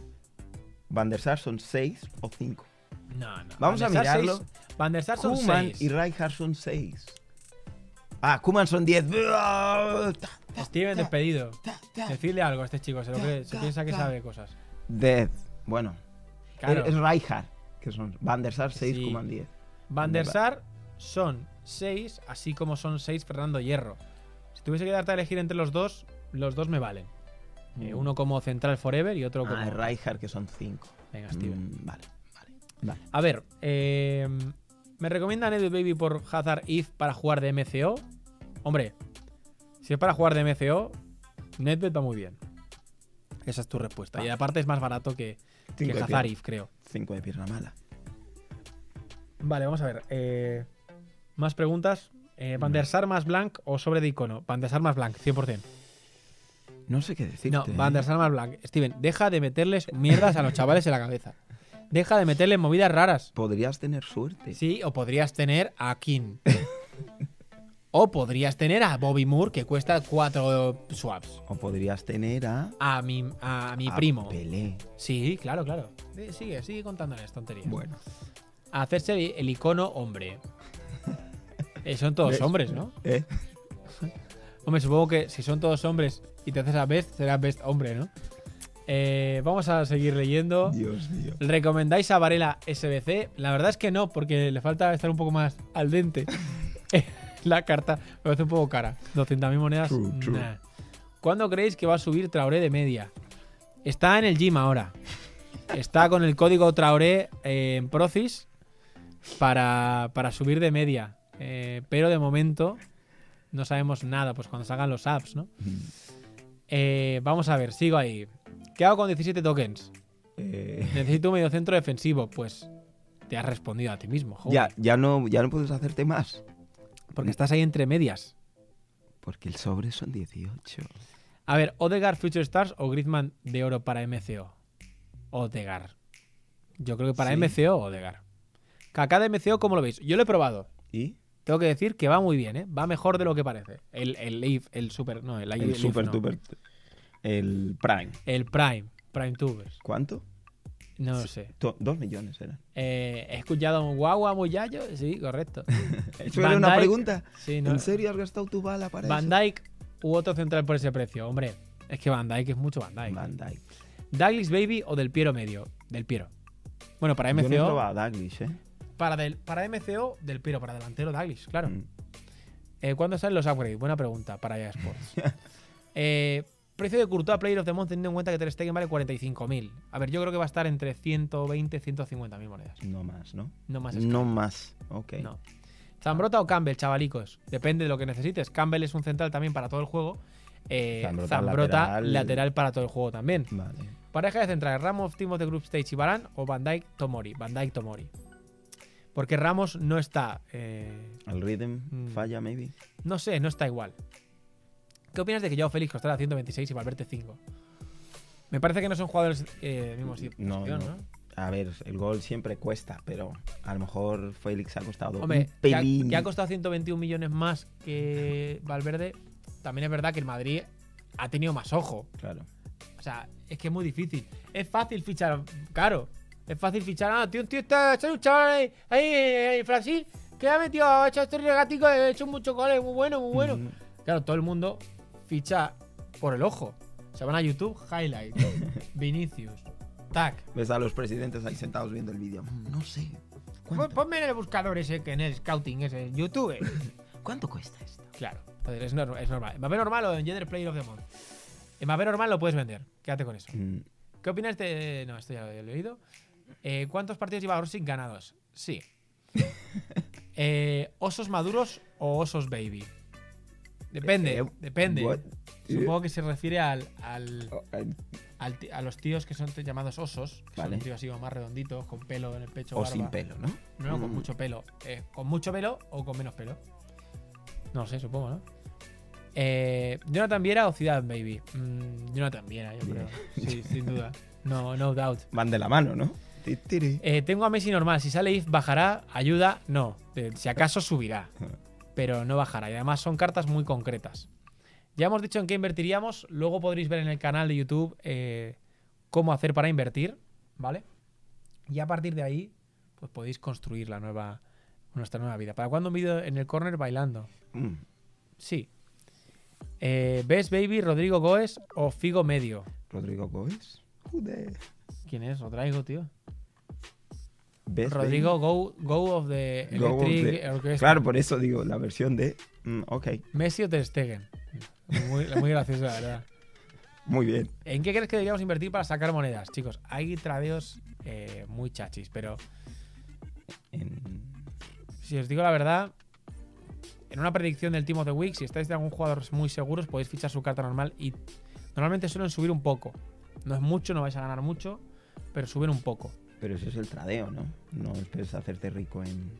B: Van der Sar son 6 o 5.
A: No, no.
B: Vamos
A: Van
B: a
A: der Sar
B: mirarlo.
A: seis- Van der Sar son
B: Kuman
A: 6.
B: y Rijkaard son 6. Ah, Kuman son 10.
A: Steven despedido. Decirle algo a este chico, se, lo cree- se piensa que sabe cosas.
B: Dead. Bueno.
A: Claro.
B: Es Rijkaard. Que son Van der Sar 6,
A: Sí.
B: Kuman 10.
A: Van der Sar son 6, así como son 6 Fernando Hierro. Si tuviese que darte a elegir entre los dos, los dos me valen. Eh, uno como central forever y otro como...
B: Mm. Ah, es Mm. Rijkaard que son 5.
A: Venga, Steven.
B: vale, vale, vale.
A: A ver, eh, ¿me recomiendan Edu Baby por Hazard If para jugar de MCO? Hombre, si es para jugar de MCO, Netbet va muy bien. Esa es tu respuesta. Y aparte es más barato que, que
B: Cinco de
A: Hazard
B: pierna.
A: If, creo.
B: 5 de pierna mala.
A: Vale, vamos a ver. eh, más preguntas. Eh, Van der Sar más blank o sobre de icono. Van der Sar más blank, 100%.
B: No sé qué decirte.
A: No, Van der
B: ¿eh?
A: Sar más blank. Steven, deja de meterles mierdas a los chavales en la cabeza. Deja de meterles movidas raras.
B: Podrías tener suerte.
A: Sí, o podrías tener a King. o podrías tener a Bobby Moore, que cuesta 4 swaps.
B: O podrías tener a.
A: A mi, a mi
B: a
A: primo.
B: Pelé.
A: Sí, claro, claro. Eh, Sigue, sigue contándoles tonterías.
B: Bueno.
A: A hacerse el- el icono hombre. Eh, son todos
B: ¿Ves?
A: hombres, ¿no?
B: ¿Eh?
A: Hombre, supongo que si son todos hombres y te haces a Best, serás Best hombre, ¿no? Eh, vamos a seguir leyendo.
B: Dios mío.
A: [LAUGHS] ¿Recomendáis a Varela SBC? La verdad es que no, porque le falta estar un poco más al dente.
B: [LAUGHS]
A: [LAUGHS] La carta me parece un poco cara. 200.000 monedas.
B: True, true.
A: nah. ¿Cuándo creéis que va a subir Traoré de media? Está en el gym ahora. Está con el código Traoré eh, en Procis para, para subir de media. Eh, pero de momento no sabemos nada, pues cuando salgan los apps, ¿no?
B: Mm,
A: Eh, vamos a ver, sigo ahí. ¿Qué hago con 17 tokens?
B: Eh,
A: Necesito un mediocentro defensivo. Pues te has respondido a ti mismo, joder.
B: ya, ya, no, ya no puedes hacerte más.
A: Porque estás ahí entre medias.
B: Porque el sobre son 18.
A: A ver, Odegar Future Stars o Griezmann de oro para MCO. Odegar. Yo creo que para
B: Sí.
A: MCO, Odegar. Kaká de MCO, ¿cómo lo veis? Yo lo he probado.
B: ¿Y?
A: Tengo que decir que va muy bien, ¿eh? Va mejor de lo que parece. El, el Leaf, el Super. No, el,
B: El
A: Leaf
B: super
A: no.
B: duper. El Prime.
A: El Prime. Prime Tubers.
B: ¿Cuánto?
A: No lo sé.
B: To- dos millones eran.
A: Eh, he escuchado un guagua muy yayo. Sí, correcto.
B: [LAUGHS] ¿Eso
A: Van
B: era una
A: Dijk-
B: pregunta?
A: Sí, eh, no.
B: ¿En serio has gastado tu bala para
A: Van
B: eso?
A: Dyke u otro central por ese precio. Hombre, es que Van Dyke es mucho Van Dyke.
B: Van Dijk.
A: Douglas Baby o Del Piero medio. Del Piero. Bueno, para
B: Yo no he
A: MCO.
B: probado a Dalglish, ¿eh?
A: para, del, para MCO, Del Piero. Para delantero, Douglas, claro.
B: Mm. [LAUGHS]
A: Eh, ¿Cuándo salen los upgrades? Buena pregunta para EA Sports. Eh, Precio de Courtois Player of the Month, teniendo en cuenta que Ter Stegen vale 45.000. A ver, yo creo que va a estar entre 120 y 150.000 monedas.
B: No más, ¿no?
A: No más
B: No más, ok.
A: No. Zambrota o Campbell, chavalicos. Depende de lo que necesites. Campbell es un central también para todo el juego. Eh, Zambrota,
B: Zambrota
A: lateral.
B: lateral.
A: para todo el juego también.
B: Vale.
A: Pareja de centrales, Ramos, Timos de Group Stage y Barán o Van Dyke Tomori. Van Dyke Tomori. Porque Ramos no está. eh,
B: Al rhythm
A: Mm.
B: falla, maybe.
A: no sé, no está igual. ¿Qué opinas de que Joao Félix costará 126 y Valverde 5? Me parece que no son jugadores eh, mismos.
B: No, no. A ver, el gol siempre cuesta, pero a lo mejor Félix ha costado
A: Hombre,
B: un
A: que ha,
B: pelín.
A: que ha costado 121 millones más que Valverde, también es verdad que el Madrid ha tenido más ojo.
B: Claro.
A: O sea, es que es muy difícil. Es fácil fichar caro. Es fácil fichar. Ah, tío, un tío está, está un chaval ahí, ahí, ahí, en Brasil, que ha metido, ha hecho este regatico, ha hecho muchos goles, muy bueno, muy bueno.
B: Mm,
A: Claro, todo el mundo ficha por el ojo. Se van a YouTube,
B: [LAUGHS]
A: highlight, Vinicius, tac.
B: Ves a los presidentes ahí sentados viendo el vídeo. Mm, No sé.
A: Pon-
B: ¿Cuánto,
A: Ponme en el buscador ese que en el scouting, ese, en YouTube.
B: [LAUGHS] cuánto cuesta esto?
A: Claro, entonces es, normal es normal. Mbappé normal o Gender Player of the Month. Eh, Mbappé normal lo puedes vender. Quédate con eso.
B: Mm,
A: ¿Qué opinas de.? No, esto ya lo he leído. Eh, ¿Cuántos partidos lleva Orsic ganados?
B: [LAUGHS]
A: Sí. Eh, ¿Osos maduros o osos baby? Depende,
B: Eh,
A: depende.
B: what?
A: Supongo que se refiere al, al-
B: Oh, eh,
A: al ti- a los tíos que son llamados osos, que
B: Vale.
A: son tíos así como más redonditos, con pelo en el pecho.
B: O
A: barba.
B: sin pelo, ¿no?
A: No, no, con
B: Mm,
A: mucho pelo. Eh, ¿Con mucho pelo o con menos pelo? No lo sé, supongo, ¿no? Eh, Jonathan Viera o Ciudad Baby. Mm, Jonathan Viera, yo creo. Sí, [LAUGHS] sin duda. No, no doubt.
B: Van de la mano, ¿no? Ti, tiri.
A: Eh, tengo a Messi normal. Si sale if, bajará. Ayuda, no. Eh, Si acaso subirá. Pero no bajará. Y además son cartas muy concretas. Ya hemos dicho en qué invertiríamos. Luego podréis ver en el canal de YouTube eh, cómo hacer para invertir. ¿Vale? Y a partir de ahí, pues podéis construir la nueva, nuestra nueva vida. ¿Para cuándo un vídeo en el corner bailando?
B: Mm,
A: Sí. Eh, ¿Ves Baby, Rodrigo Goes o Figo Medio?
B: Rodrigo Gómez. Joder.
A: ¿Quién es? Lo traigo, tío.
B: ¿Ves,
A: Rodrigo Go, Go of the
B: baby? Go
A: Electric
B: de-
A: Orchestra.
B: Claro, por eso digo, la versión de. mm, ok,
A: Messi o Ter Stegen. Muy, muy gracioso, la verdad.
B: muy bien.
A: ¿En qué crees que deberíamos invertir para sacar monedas, chicos? Hay tradeos eh, muy chachis, pero
B: En-
A: si os digo la verdad, en una predicción del Team of the Week, si estáis de algún jugador muy seguros, podéis fichar su carta normal y normalmente suelen subir un poco. No es mucho, no vais a ganar mucho, pero suben un poco.
B: Pero eso es el tradeo, ¿no? No esperes hacerte rico en.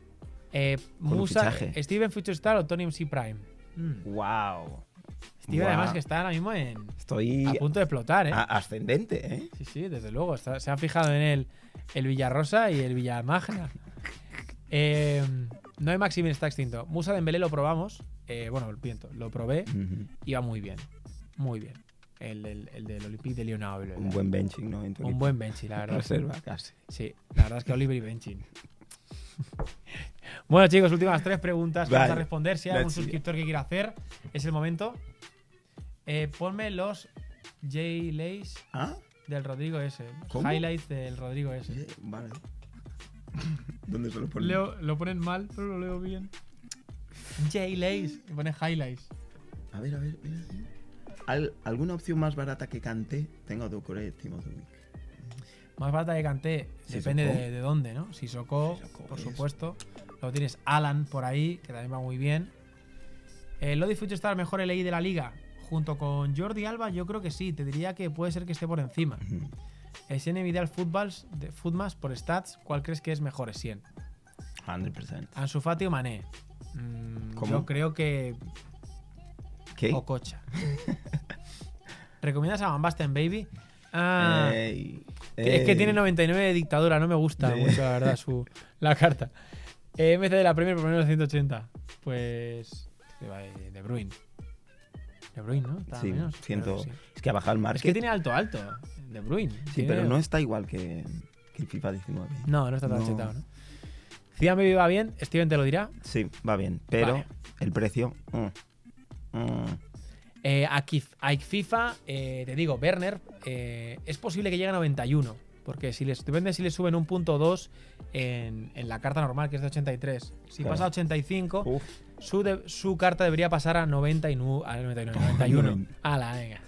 A: Eh,
B: Con un
A: Musa,
B: fichaje.
A: Steven Future Star o Tony MC Prime. Mm.
B: ¡Wow!
A: Steven, además, que está ahora mismo en,
B: Estoy
A: a punto de explotar, ¿eh?
B: a- ascendente, ¿eh?
A: Sí, sí, desde luego. Está- se han fijado en él el Villarrosa y el Villamagna. Eh, no hay Maximin está extinto. Musa Dembélé lo probamos. Eh, bueno, el viento, lo probé.
B: Ujú.
A: Iba muy bien. Muy bien. El, del- el del Olympique de Lyon. ah, bla, bla,
B: Un
A: bla.
B: buen benching, ¿no? En tu
A: Un
B: equipo.
A: buen Benchi, la verdad.
B: reserva, casi.
A: Sí, la verdad es que Oliver y Benchin. [LAUGHS] Bueno, chicos, últimas tres preguntas que vamos a
B: Vale,
A: responder. Si hay algún
B: let's see.
A: suscriptor que quiera hacer, es el momento. Eh, ponme los J-Lays
B: ¿Ah?
A: del Rodrigo S.
B: ¿Cómo?
A: Highlights del Rodrigo S.
B: eh, Vale. [LAUGHS] ¿Dónde se lo ponen?
A: Leo, lo ponen mal, pero lo leo bien. J-Lays, pone highlights.
B: A ver, a ver, mira. Al- ¿Alguna opción más barata que Canté? Tengo Ducuré, Timo Dubic.
A: Más barata que Canté, depende
B: Sissoko.
A: de, de dónde, ¿no? Si Soko,
B: Sissoko
A: por
B: es.
A: supuesto. Luego tienes Alan por ahí, que también va muy bien. Eh, ¿Lo disfruto estar mejor LI de la liga? Junto con Jordi Alba, yo creo que sí. Te diría que puede ser que esté por encima. El 100 Vidal Footballs, de Footmas por stats, ¿cuál crees que es mejor? 100.
B: 100%.
A: Ansu Fati o Mané. Mm,
B: ¿Cómo?
A: Yo creo que
B: ¿Qué?
A: o cocha. [LAUGHS] ¿Recomiendas a Van Basten Baby? Ah,
B: Ey,
A: que- es que
B: ey.
A: tiene 99 de dictadura, no me gusta
B: Eh.
A: mucho, la
B: [LAUGHS]
A: verdad, su, la carta. Eh, MC de la Premier por menos 180. Pues. De, de, de Bruin. De Bruin, ¿no? Está
B: Sí,
A: menos,
B: siento.
A: creo que sí.
B: Es que ha bajado el
A: Es que
B: market.
A: tiene alto, alto. De Bruin.
B: Sí, pero no está igual que, que el FIFA 19.
A: No, no está tan
B: No.
A: chetado, ¿no? Zidane Baby va bien, Steven te lo dirá.
B: Sí, va bien. Pero
A: Vale.
B: el precio. mm, mm.
A: Eh, aquí, Ike FIFA, eh, te digo, Werner, eh, es posible que llegue a 91. Porque si les, depende si le suben un punto 2 en, en la carta normal, que es de 83. Si
B: Claro. Uh.
A: pasa a 85,
B: Uf.
A: su, de- su carta debería pasar a 99. A 99, 91.
B: Noventa.
A: Ala, venga.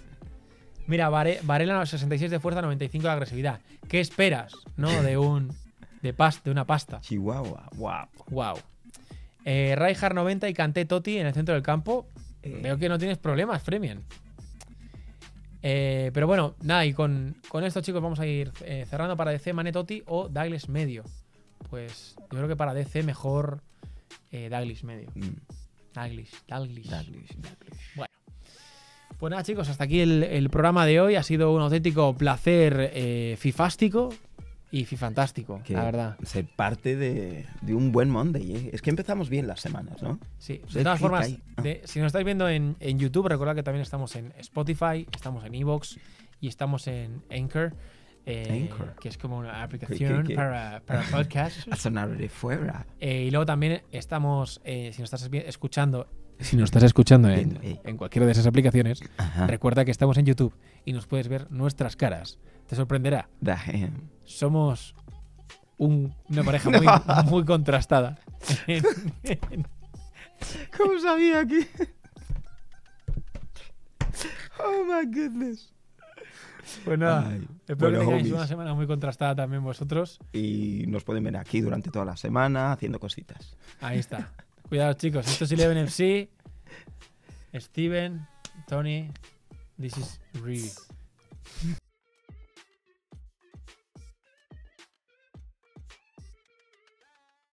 A: Mira, Vare- Varela 66 de fuerza, 95 de agresividad. ¿Qué esperas, no? De un. De, pas- de una pasta.
B: Chihuahua, guau.
A: Wow. Eh, Rijkaard 90 y Kanté Totti en el centro del campo.
B: Eh,
A: Veo que no tienes problemas, Premium. Eh, pero bueno, nada, y con, con esto, chicos, vamos a ir eh, cerrando para DC Manetotti o Douglas medio. Pues yo creo que para DC mejor eh, Douglas medio.
B: Mm,
A: Douglas, Douglas.
B: Dalglish, Dalglish.
A: Pues nada, chicos, hasta aquí el, el programa de hoy. Ha sido un auténtico placer eh, fifástico y fifantástico,
B: Que
A: la verdad.
B: Ser parte de, de un buen Monday. ¿eh? Es que empezamos bien las semanas, ¿no?
A: Sí, de
B: Red
A: todas
B: click
A: formas,
B: ahí. Ah.
A: de- si nos estáis viendo en, en YouTube, recordad que también estamos en Spotify, estamos en Evox y estamos en Anchor, eh,
B: Anchor.
A: que es como una
B: ¿Qué-
A: aplicación
B: qué- qué?
A: para,
B: [LAUGHS]
A: para podcasts.
B: A sonar de fuera.
A: Eh, y luego también estamos, eh, si nos estás vi- escuchando, si nos estás escuchando en,
B: en- eh.
A: en cualquiera de esas aplicaciones,
B: Ajá.
A: recuerda que estamos en YouTube y nos puedes ver nuestras caras. Te sorprenderá.
B: Damn.
A: Somos un- una
B: [LAUGHS]
A: pareja muy, muy contrastada.
B: ¿Cómo sabía que.? Oh my goodness.
A: Pues nada,
B: Ay,
A: espero
B: bueno,
A: que tengáis
B: homies.
A: una semana muy contrastada también vosotros.
B: Y nos pueden ver aquí durante toda la semana haciendo cositas.
A: Ahí está. Cuidado, chicos. Esto es Eleven FC. Steven, Tony, this is real.